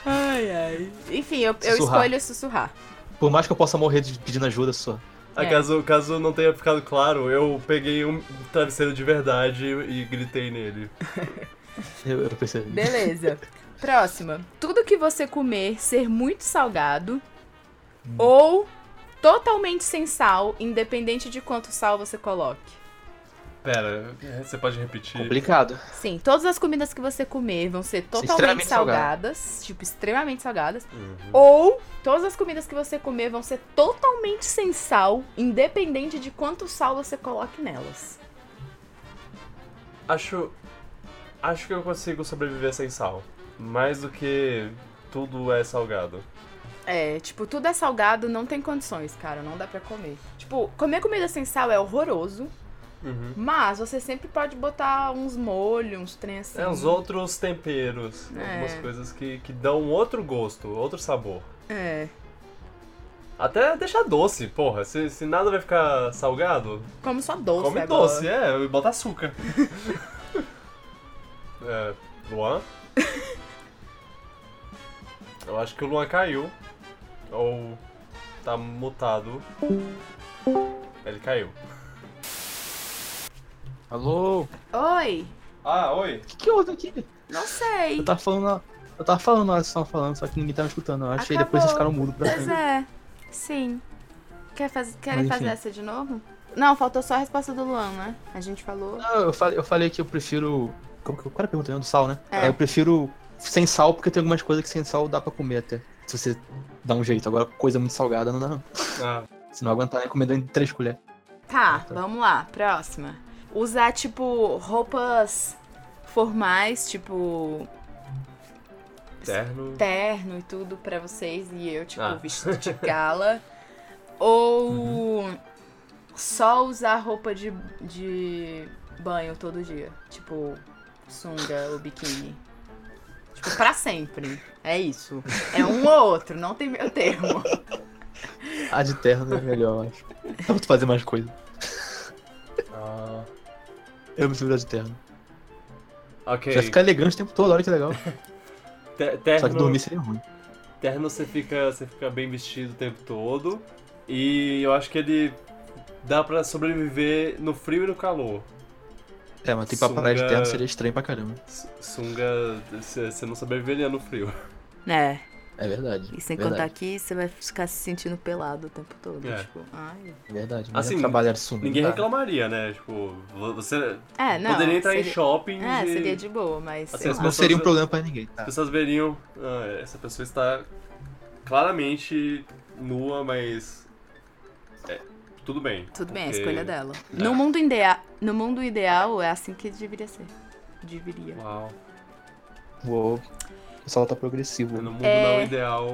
[SPEAKER 1] Ai, ai. Enfim, eu, eu
[SPEAKER 2] Sussurrar.
[SPEAKER 1] escolho sussurrar.
[SPEAKER 2] Por mais que eu possa morrer de- pedindo ajuda só.
[SPEAKER 3] Ah,
[SPEAKER 1] É.
[SPEAKER 3] caso, caso não tenha ficado claro, eu peguei um travesseiro de verdade e gritei nele.
[SPEAKER 2] Eu, eu percebi.
[SPEAKER 1] Beleza. Próxima. Tudo que você comer ser muito salgado ou totalmente sem sal, independente de quanto sal você coloque.
[SPEAKER 3] Pera, você pode repetir?
[SPEAKER 2] Complicado.
[SPEAKER 1] Sim, todas as comidas que você comer vão ser totalmente
[SPEAKER 2] extremamente
[SPEAKER 1] salgadas, tipo extremamente salgadas,
[SPEAKER 3] Uhum.
[SPEAKER 1] ou todas as comidas que você comer vão ser totalmente sem sal, independente de quanto sal você coloque nelas.
[SPEAKER 3] Acho. Acho que eu consigo sobreviver sem sal. Mais do que tudo é salgado.
[SPEAKER 1] É, tipo, tudo é salgado, não tem condições, cara, não dá pra comer. Tipo, comer comida sem sal é horroroso,
[SPEAKER 3] Uhum.
[SPEAKER 1] Mas você sempre pode botar uns molhos, uns trem assim.
[SPEAKER 3] É os outros temperos,
[SPEAKER 1] É.
[SPEAKER 3] algumas coisas que, que dão outro gosto, outro sabor.
[SPEAKER 1] É.
[SPEAKER 3] Até deixar doce, porra. Se, se nada vai ficar salgado,
[SPEAKER 1] Come só doce
[SPEAKER 3] come
[SPEAKER 1] agora.
[SPEAKER 3] doce, é, e bota açúcar. é, Luan? Eu acho que o Luan caiu. Ou tá mutado. Ele caiu.
[SPEAKER 2] Alô? O
[SPEAKER 3] é.
[SPEAKER 1] Oi.
[SPEAKER 3] Ah, oi.
[SPEAKER 2] que, que houve aqui?
[SPEAKER 1] Não sei.
[SPEAKER 2] Eu tava falando. na- Eu tava falando na hora que vocês estavam falando, só que ninguém tava escutando. Eu achei
[SPEAKER 1] Acabou.
[SPEAKER 2] depois vocês ficaram mudo pra
[SPEAKER 1] Pois
[SPEAKER 2] mim.
[SPEAKER 1] é. Sim. Quer faz... Querem
[SPEAKER 2] Mas,
[SPEAKER 1] fazer
[SPEAKER 2] enfim.
[SPEAKER 1] essa de novo? Não, faltou só a resposta do Luan, né? A gente falou.
[SPEAKER 2] Não, eu falei, eu falei que eu prefiro. Como que eu. Qual era a pergunta né? do sal, né?
[SPEAKER 1] É.
[SPEAKER 2] É, Eu prefiro sem sal, porque tem algumas coisas que sem sal dá pra comer até. Se você dá um jeito. Agora, coisa muito salgada não dá, não.
[SPEAKER 3] Ah,
[SPEAKER 2] Se não aguentar, é comendo em três colheres.
[SPEAKER 1] Tá, vamos lá. Próxima. Usar, tipo, roupas formais, tipo,
[SPEAKER 3] terno.
[SPEAKER 1] terno e tudo pra vocês e eu, tipo,
[SPEAKER 3] Ah.
[SPEAKER 1] vestido de gala. Ou só usar roupa de, de banho todo dia. Tipo, sunga ou biquíni. Tipo, pra sempre. É isso. É um ou outro, não tem meio termo.
[SPEAKER 2] A de terno é melhor, eu acho. Dá pra tu fazer mais coisa.
[SPEAKER 3] Ah,
[SPEAKER 2] Eu prefiro a de terno.
[SPEAKER 3] Ok.
[SPEAKER 2] Você vai ficar elegante o tempo todo, olha que legal.
[SPEAKER 3] Te-
[SPEAKER 2] Só que
[SPEAKER 3] terno,
[SPEAKER 2] dormir seria ruim.
[SPEAKER 3] terno você fica, você fica bem vestido o tempo todo. E eu acho que ele dá pra sobreviver no frio e no calor.
[SPEAKER 2] É, mas tem pra parar de
[SPEAKER 3] Sunga-
[SPEAKER 2] terno seria estranho pra caramba.
[SPEAKER 3] S- Sunga, você você não sobreviveria no frio.
[SPEAKER 4] É,
[SPEAKER 2] É verdade.
[SPEAKER 4] e sem
[SPEAKER 2] verdade,
[SPEAKER 4] contar que você vai ficar se sentindo pelado o tempo todo.
[SPEAKER 3] É.
[SPEAKER 4] Tipo, ai.
[SPEAKER 2] Verdade.
[SPEAKER 3] Assim,
[SPEAKER 2] Assim, trabalhar de sunga.
[SPEAKER 3] Ninguém
[SPEAKER 2] tá?
[SPEAKER 3] reclamaria, né? Tipo, vo- você
[SPEAKER 4] É, não.
[SPEAKER 3] poderia entrar em
[SPEAKER 4] seria-
[SPEAKER 3] shopping
[SPEAKER 4] É,
[SPEAKER 3] e
[SPEAKER 4] seria de boa, mas.
[SPEAKER 3] Assim,
[SPEAKER 4] sei
[SPEAKER 3] as
[SPEAKER 4] lá.
[SPEAKER 2] Não seria um
[SPEAKER 3] Pessoas-
[SPEAKER 2] problema pra ninguém, tá?
[SPEAKER 3] as pessoas veriam. "Ah, essa pessoa está claramente nua, mas. é, tudo bem.
[SPEAKER 4] Tudo bem, é a
[SPEAKER 3] porque-
[SPEAKER 4] escolha dela.
[SPEAKER 1] Tá.
[SPEAKER 3] É.
[SPEAKER 4] No, mundo idea... no mundo ideal, é assim que deveria ser. Deveria.
[SPEAKER 3] Uau.
[SPEAKER 2] Uou. O pessoal tá progressivo.
[SPEAKER 3] No mundo
[SPEAKER 1] É.
[SPEAKER 3] não ideal.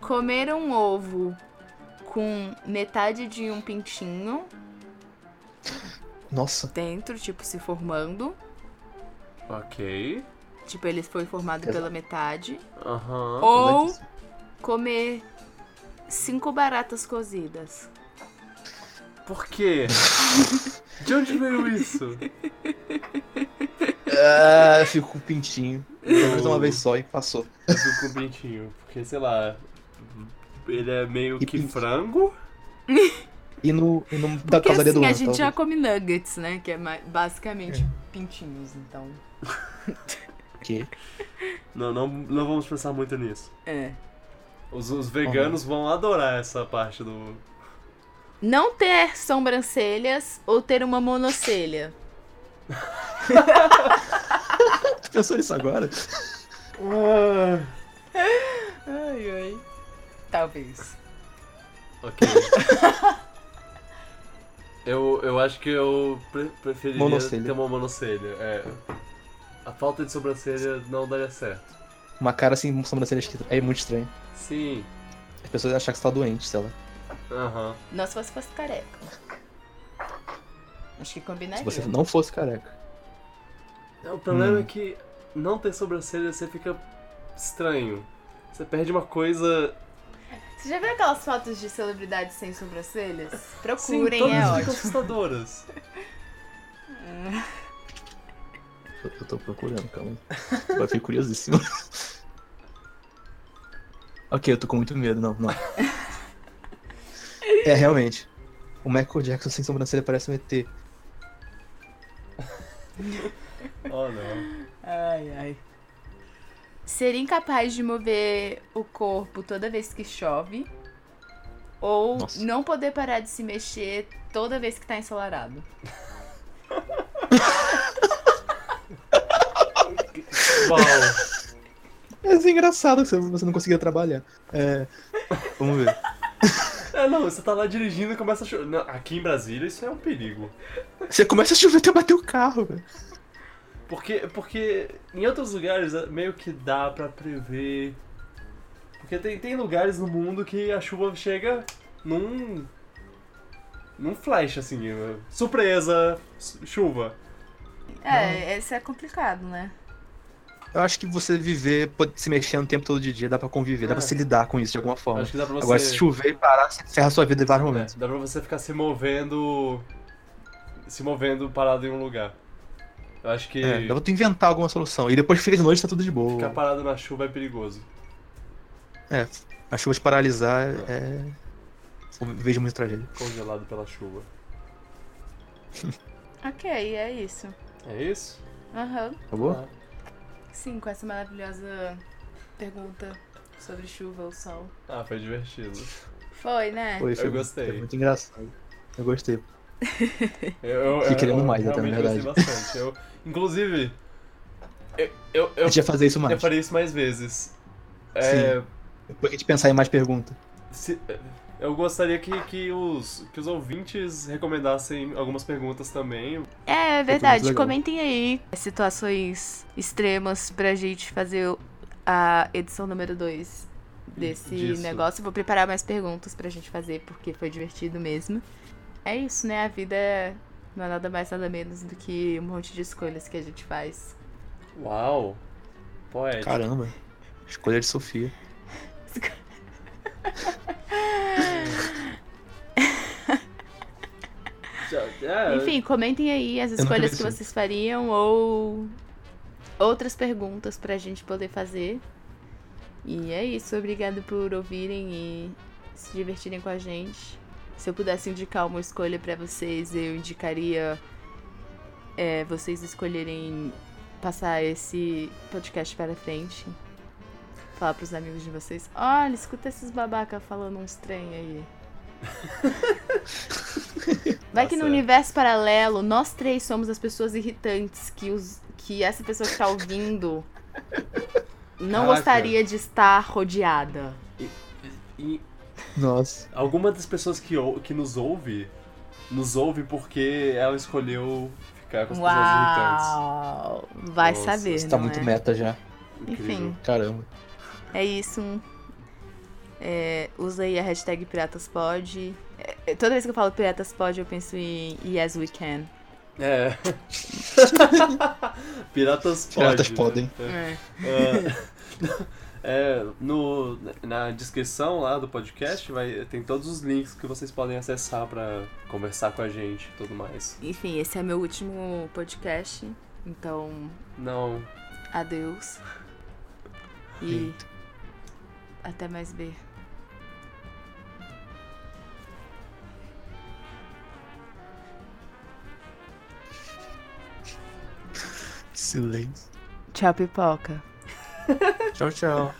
[SPEAKER 1] Comer um ovo com metade de um pintinho
[SPEAKER 2] Nossa.
[SPEAKER 1] dentro, tipo, se formando.
[SPEAKER 3] Ok.
[SPEAKER 1] Tipo, ele foi formado
[SPEAKER 2] Exato.
[SPEAKER 1] pela metade.
[SPEAKER 3] Aham.
[SPEAKER 1] Ou
[SPEAKER 2] mas-
[SPEAKER 1] comer cinco baratas cozidas.
[SPEAKER 3] Por quê? De onde veio isso?
[SPEAKER 2] Ah, fico com o pintinho. Eu fiz uma vez só e passou.
[SPEAKER 3] Do cubentinho. Porque, sei lá. Ele é meio
[SPEAKER 2] E
[SPEAKER 3] que
[SPEAKER 2] pinto.
[SPEAKER 3] frango?
[SPEAKER 2] E no, e no da
[SPEAKER 1] Porque
[SPEAKER 2] casaria do
[SPEAKER 1] assim, a
[SPEAKER 2] ano, então,
[SPEAKER 1] gente
[SPEAKER 2] talvez.
[SPEAKER 1] já come nuggets, né? Que é ma- basicamente pintinhos, então.
[SPEAKER 2] Que?
[SPEAKER 3] Não, não, não vamos pensar muito nisso.
[SPEAKER 1] É.
[SPEAKER 3] Os, os
[SPEAKER 2] Uhum.
[SPEAKER 3] veganos vão adorar essa parte do.
[SPEAKER 1] Não ter sobrancelhas ou ter uma monocelha.
[SPEAKER 2] Tu pensou nisso agora? Ah.
[SPEAKER 1] Ai, ai. Talvez.
[SPEAKER 3] Ok. eu, eu acho que eu pre- preferiria
[SPEAKER 2] Monocelha.
[SPEAKER 3] ter uma monocelha. É. A falta de sobrancelha não daria certo.
[SPEAKER 2] Uma cara assim, com sobrancelha esquerda. É muito estranho.
[SPEAKER 3] Sim.
[SPEAKER 2] As pessoas acham que você tá doente, sei lá.
[SPEAKER 3] Aham.
[SPEAKER 1] Não se você fosse careca. Acho que
[SPEAKER 2] Se
[SPEAKER 1] combinaria.
[SPEAKER 2] você não fosse careca.
[SPEAKER 3] O problema
[SPEAKER 2] Hum.
[SPEAKER 3] é que não ter sobrancelha você fica estranho. Você perde uma coisa.
[SPEAKER 1] Você já viu aquelas fotos de celebridades sem sobrancelhas?
[SPEAKER 3] Sim,
[SPEAKER 1] Procurem,
[SPEAKER 3] assim, todas
[SPEAKER 1] é
[SPEAKER 3] ficam
[SPEAKER 1] ótimo.
[SPEAKER 3] assustadoras.
[SPEAKER 2] Eu, eu tô procurando, calma. aí. Agora eu fiquei curiosíssimo. ok, eu tô com muito medo, não, não. É, realmente. O Michael Jackson sem sobrancelha parece um ET.
[SPEAKER 3] Oh não.
[SPEAKER 4] Ai, ai.
[SPEAKER 1] Ser incapaz de mover o corpo toda vez que chove. Ou
[SPEAKER 2] Nossa.
[SPEAKER 1] não poder parar de se mexer toda vez que tá ensolarado.
[SPEAKER 3] Uau!
[SPEAKER 2] Mas é engraçado que você- você não conseguia trabalhar. É. Vamos ver.
[SPEAKER 3] É não, você tá lá dirigindo e começa a chover. Não, Aqui em Brasília isso é um perigo.
[SPEAKER 2] Você começa a chover até bater o carro, velho.
[SPEAKER 3] Porque, porque em outros lugares é, meio que dá pra prever. Porque tem, tem lugares no mundo que a chuva chega num. num flash, assim. é, Surpresa! su- Chuva.
[SPEAKER 1] É, esse é complicado, né?
[SPEAKER 2] Eu acho que você viver, pode se mexendo o tempo todo de dia, dá pra conviver, dá
[SPEAKER 3] É.
[SPEAKER 2] pra se lidar com isso de alguma forma.
[SPEAKER 3] Acho que dá pra você.
[SPEAKER 2] Agora, se chover e parar, você ferra a sua vida em vários momentos.
[SPEAKER 3] É, dá pra você ficar se movendo. se movendo parado em um lugar. Eu acho que
[SPEAKER 2] É, dá pra tu inventar alguma solução. E depois fica de noite, tá tudo de boa.
[SPEAKER 3] ficar parado na chuva é perigoso.
[SPEAKER 2] É, a chuva te paralisar é. Eu vejo muita tragédia.
[SPEAKER 3] Congelado pela chuva.
[SPEAKER 1] Ok, é isso.
[SPEAKER 3] É isso?
[SPEAKER 1] Aham.
[SPEAKER 2] Acabou?
[SPEAKER 1] Sim, com essa maravilhosa pergunta sobre chuva ou sol.
[SPEAKER 3] Ah, foi divertido.
[SPEAKER 1] Foi, né?
[SPEAKER 2] Foi, foi-
[SPEAKER 3] É. gostei.
[SPEAKER 2] Foi muito engraçado. Eu gostei.
[SPEAKER 3] Eu, eu,
[SPEAKER 2] Fiquei querendo
[SPEAKER 3] eu
[SPEAKER 2] mais até, na
[SPEAKER 3] realmente gostei bastante. Eu, inclusive, eu, eu,
[SPEAKER 2] A
[SPEAKER 3] eu,
[SPEAKER 2] gente ia fazer isso mais.
[SPEAKER 3] eu farei isso mais vezes. É,
[SPEAKER 2] Depois a gente pensar em mais perguntas.
[SPEAKER 3] se- eu gostaria que, que, os, que os ouvintes recomendassem algumas perguntas também.
[SPEAKER 1] É, é verdade.
[SPEAKER 2] legal.
[SPEAKER 1] Comentem aí situações extremas pra gente fazer a edição número 2 desse
[SPEAKER 3] Disso.
[SPEAKER 1] negócio. Vou preparar mais perguntas pra gente fazer, porque foi divertido mesmo. É isso, né? A vida não é nada mais, nada menos do que um monte de escolhas que a gente faz.
[SPEAKER 3] Uau! Poético.
[SPEAKER 2] Caramba. Escolha de Sofia.
[SPEAKER 3] Já- É,
[SPEAKER 1] Enfim, comentem aí as
[SPEAKER 2] nunca
[SPEAKER 1] escolhas
[SPEAKER 2] vi
[SPEAKER 1] que
[SPEAKER 2] isso.
[SPEAKER 1] vocês fariam ou outras perguntas pra gente poder fazer. E é isso, obrigado por ouvirem e se divertirem com a gente. Se eu pudesse indicar uma escolha pra vocês, eu indicaria é, vocês escolherem passar esse podcast para frente. Falar pros amigos de vocês, olha, escuta esses babaca falando uns trem aí. Vai que no
[SPEAKER 3] Nossa.
[SPEAKER 1] universo paralelo, nós três somos as pessoas irritantes que, os, que essa pessoa que tá ouvindo não
[SPEAKER 3] Caraca.
[SPEAKER 1] gostaria de estar rodeada.
[SPEAKER 3] e
[SPEAKER 2] Nossa.
[SPEAKER 3] alguma das pessoas que, ou- que nos ouve, nos ouve porque ela escolheu ficar com as pessoas
[SPEAKER 1] Uau! Vai
[SPEAKER 3] Nossa,
[SPEAKER 1] saber,
[SPEAKER 2] Você tá
[SPEAKER 1] não
[SPEAKER 2] muito
[SPEAKER 1] é?
[SPEAKER 2] meta já.
[SPEAKER 3] irritantes.
[SPEAKER 1] Enfim.
[SPEAKER 3] Incrível.
[SPEAKER 2] Caramba.
[SPEAKER 1] É isso. É, usa aí a hashtag PiratasPod. É, é, toda vez que eu falo PiratasPod, eu penso em Yes We Can.
[SPEAKER 3] É. Piratas podem.
[SPEAKER 2] Piratas
[SPEAKER 3] né?
[SPEAKER 2] podem.
[SPEAKER 3] É.
[SPEAKER 1] É.
[SPEAKER 3] É, no, na descrição lá do podcast vai, tem todos os links que vocês podem acessar pra conversar com a gente e tudo mais.
[SPEAKER 1] Enfim, esse é meu último podcast. Então,
[SPEAKER 3] Não,
[SPEAKER 1] adeus. E até mais ver.
[SPEAKER 2] Silêncio.
[SPEAKER 1] Tchau, pipoca.
[SPEAKER 2] Tchau, tchau.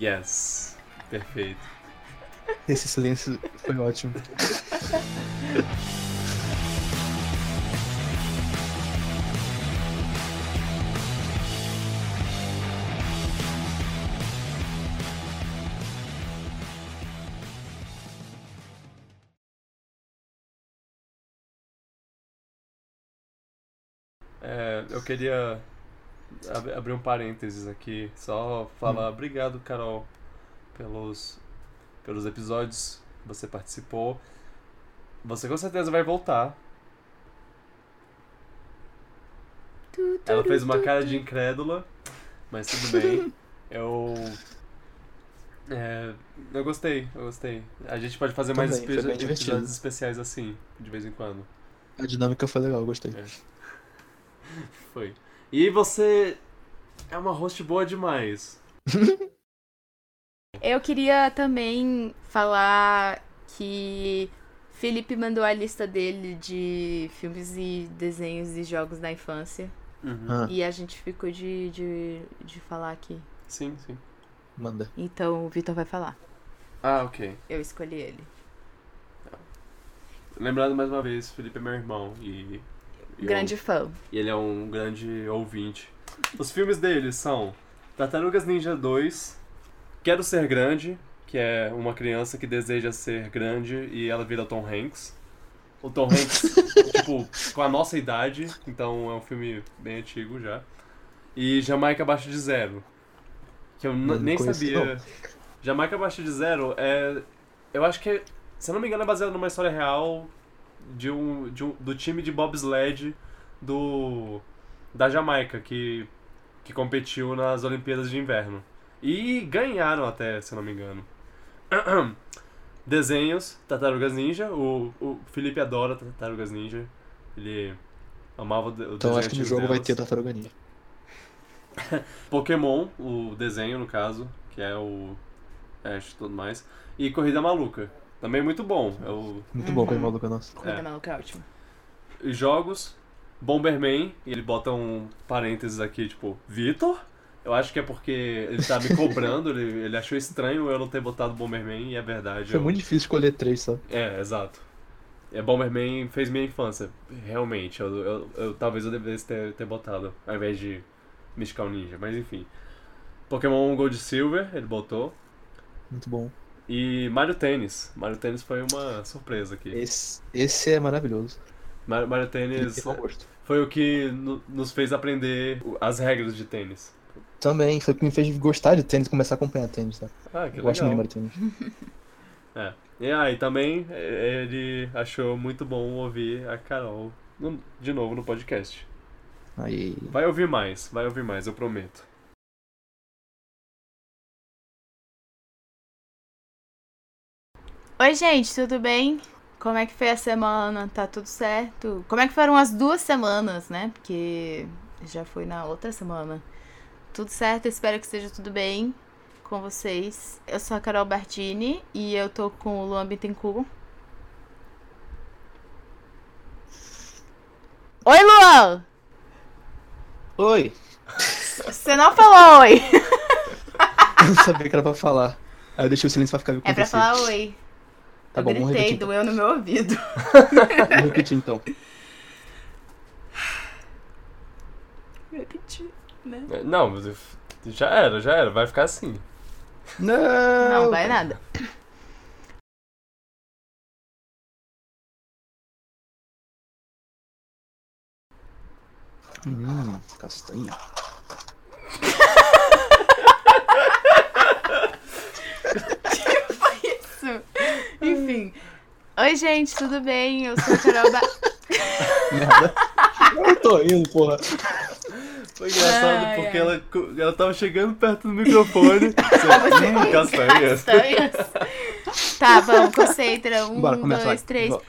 [SPEAKER 3] yes, perfeito.
[SPEAKER 2] Esse silêncio foi ótimo.
[SPEAKER 3] É, eu queria ab- abrir um parênteses aqui, só
[SPEAKER 2] Hum.
[SPEAKER 3] falar obrigado, Carol, pelos, pelos episódios que você participou. Você com certeza vai voltar. Ela fez uma cara de incrédula, mas tudo bem. Eu. É, eu gostei, eu gostei. A gente pode fazer mais
[SPEAKER 2] Também, foi
[SPEAKER 3] espe-
[SPEAKER 2] bem divertido.
[SPEAKER 3] episódios especiais assim, de vez em quando.
[SPEAKER 2] A dinâmica foi legal, gostei.
[SPEAKER 3] Foi. E você é uma host boa demais.
[SPEAKER 1] Eu queria também falar que Felipe mandou a lista dele de filmes e desenhos e jogos da infância.
[SPEAKER 2] Ah,
[SPEAKER 1] E a gente ficou de, de, de falar aqui.
[SPEAKER 3] Sim, sim.
[SPEAKER 2] manda.
[SPEAKER 1] Então o Vitor vai falar.
[SPEAKER 3] Ah, ok.
[SPEAKER 1] Eu escolhi ele.
[SPEAKER 3] Lembrando mais uma vez, Felipe é meu irmão e. e eu-
[SPEAKER 1] Grande fã.
[SPEAKER 3] e ele é um grande ouvinte. Os filmes dele são Tartarugas Ninja 2, Quero Ser Grande, que é uma criança que deseja ser grande e ela vira Tom Hanks. O Tom Hanks, tipo, com a nossa idade, então é um filme bem antigo já. E Jamaica Abaixo de Zero, que eu n-
[SPEAKER 2] Não
[SPEAKER 3] nem
[SPEAKER 2] conheço,
[SPEAKER 3] sabia. Jamaica Abaixo de Zero é. Eu acho que, é- se eu não me engano, é baseado numa história real de um, de um, do time de bobsled do da Jamaica que que competiu nas Olimpíadas de Inverno e ganharam até, se eu não me engano. Desenhos, Tartarugas Ninja. O, o Felipe adora Tartarugas Ninja. Ele amava o de- o
[SPEAKER 2] Então
[SPEAKER 3] desenho
[SPEAKER 2] acho que no
[SPEAKER 3] antigo
[SPEAKER 2] jogo vai
[SPEAKER 3] delas.
[SPEAKER 2] ter Tartaruga Ninja.
[SPEAKER 3] Pokémon, o desenho no caso, que é o Ash e tudo mais. E Corrida Maluca. Também muito bom. É o
[SPEAKER 2] Muito bom, coisa maluca nossa.
[SPEAKER 1] Corrida
[SPEAKER 3] É.
[SPEAKER 1] maluca é ótimo.
[SPEAKER 3] jogos, Bomberman, e ele bota um parênteses aqui, tipo, Vitor? Eu acho que é porque ele tá me cobrando, ele, ele achou estranho eu não ter botado Bomberman, e é verdade.
[SPEAKER 2] Foi
[SPEAKER 3] eu-
[SPEAKER 2] muito difícil escolher três, sabe?
[SPEAKER 3] É, exato. É, Bomberman fez minha infância, realmente. Eu, eu, eu- talvez eu devesse ter, ter botado, ao invés de Mystical Ninja, mas enfim. Pokémon Gold e Silver, ele botou.
[SPEAKER 2] Muito bom.
[SPEAKER 3] E Mario Tênis. Mario Tênis foi uma surpresa aqui.
[SPEAKER 2] Esse, esse é maravilhoso.
[SPEAKER 3] Mario, Mario Tênis
[SPEAKER 2] Esse é gosto.
[SPEAKER 3] foi o que no- nos fez aprender o- as regras de tênis.
[SPEAKER 2] Também, foi o que me fez gostar de tênis e começar a acompanhar tênis, sabe?
[SPEAKER 3] Ah, que
[SPEAKER 2] Eu gosto muito de
[SPEAKER 3] legal.
[SPEAKER 2] Mario tênis.
[SPEAKER 3] É. E aí também eh, ele achou muito bom ouvir a Carol no- de novo no podcast.
[SPEAKER 2] Aí.
[SPEAKER 3] Vai ouvir mais, vai ouvir mais, eu prometo.
[SPEAKER 1] Oi, gente, tudo bem? Como é que foi a semana? Tá tudo certo? Como é que foram as duas semanas, né? Porque já foi na outra semana. Tudo certo, espero que esteja tudo bem com vocês. Eu sou a Carol Bartini e eu tô com o Luan Bittencourt. Oi, Luan!
[SPEAKER 2] Oi!
[SPEAKER 1] Você não falou oi!
[SPEAKER 2] Eu não sabia que era pra falar. Aí eu deixei o silêncio pra ficar com
[SPEAKER 1] É pra
[SPEAKER 2] você.
[SPEAKER 1] falar oi.
[SPEAKER 2] Tá
[SPEAKER 1] eu
[SPEAKER 2] bom, vamos
[SPEAKER 1] gritei,
[SPEAKER 2] repetir.
[SPEAKER 1] doeu no meu ouvido.
[SPEAKER 2] então. Vamos repetir então.
[SPEAKER 3] É, Não, mas eu- já era, já era. Vai ficar assim.
[SPEAKER 2] Não!
[SPEAKER 1] Não, vai nada.
[SPEAKER 2] Hum, castanha.
[SPEAKER 1] Isso. Enfim. Oi, gente, tudo bem? Eu sou a Carol ba...
[SPEAKER 2] Merda. Eu tô indo, porra.
[SPEAKER 3] Foi engraçado
[SPEAKER 1] Ai,
[SPEAKER 3] porque
[SPEAKER 1] ai.
[SPEAKER 3] Ela, co- ela tava chegando perto do microfone. Você, hum, castanhas.
[SPEAKER 1] Castanhas. Tá, vamos, concentra. Um,
[SPEAKER 2] Bora, começa,
[SPEAKER 1] dois,
[SPEAKER 2] vai.
[SPEAKER 1] três.
[SPEAKER 2] Bora.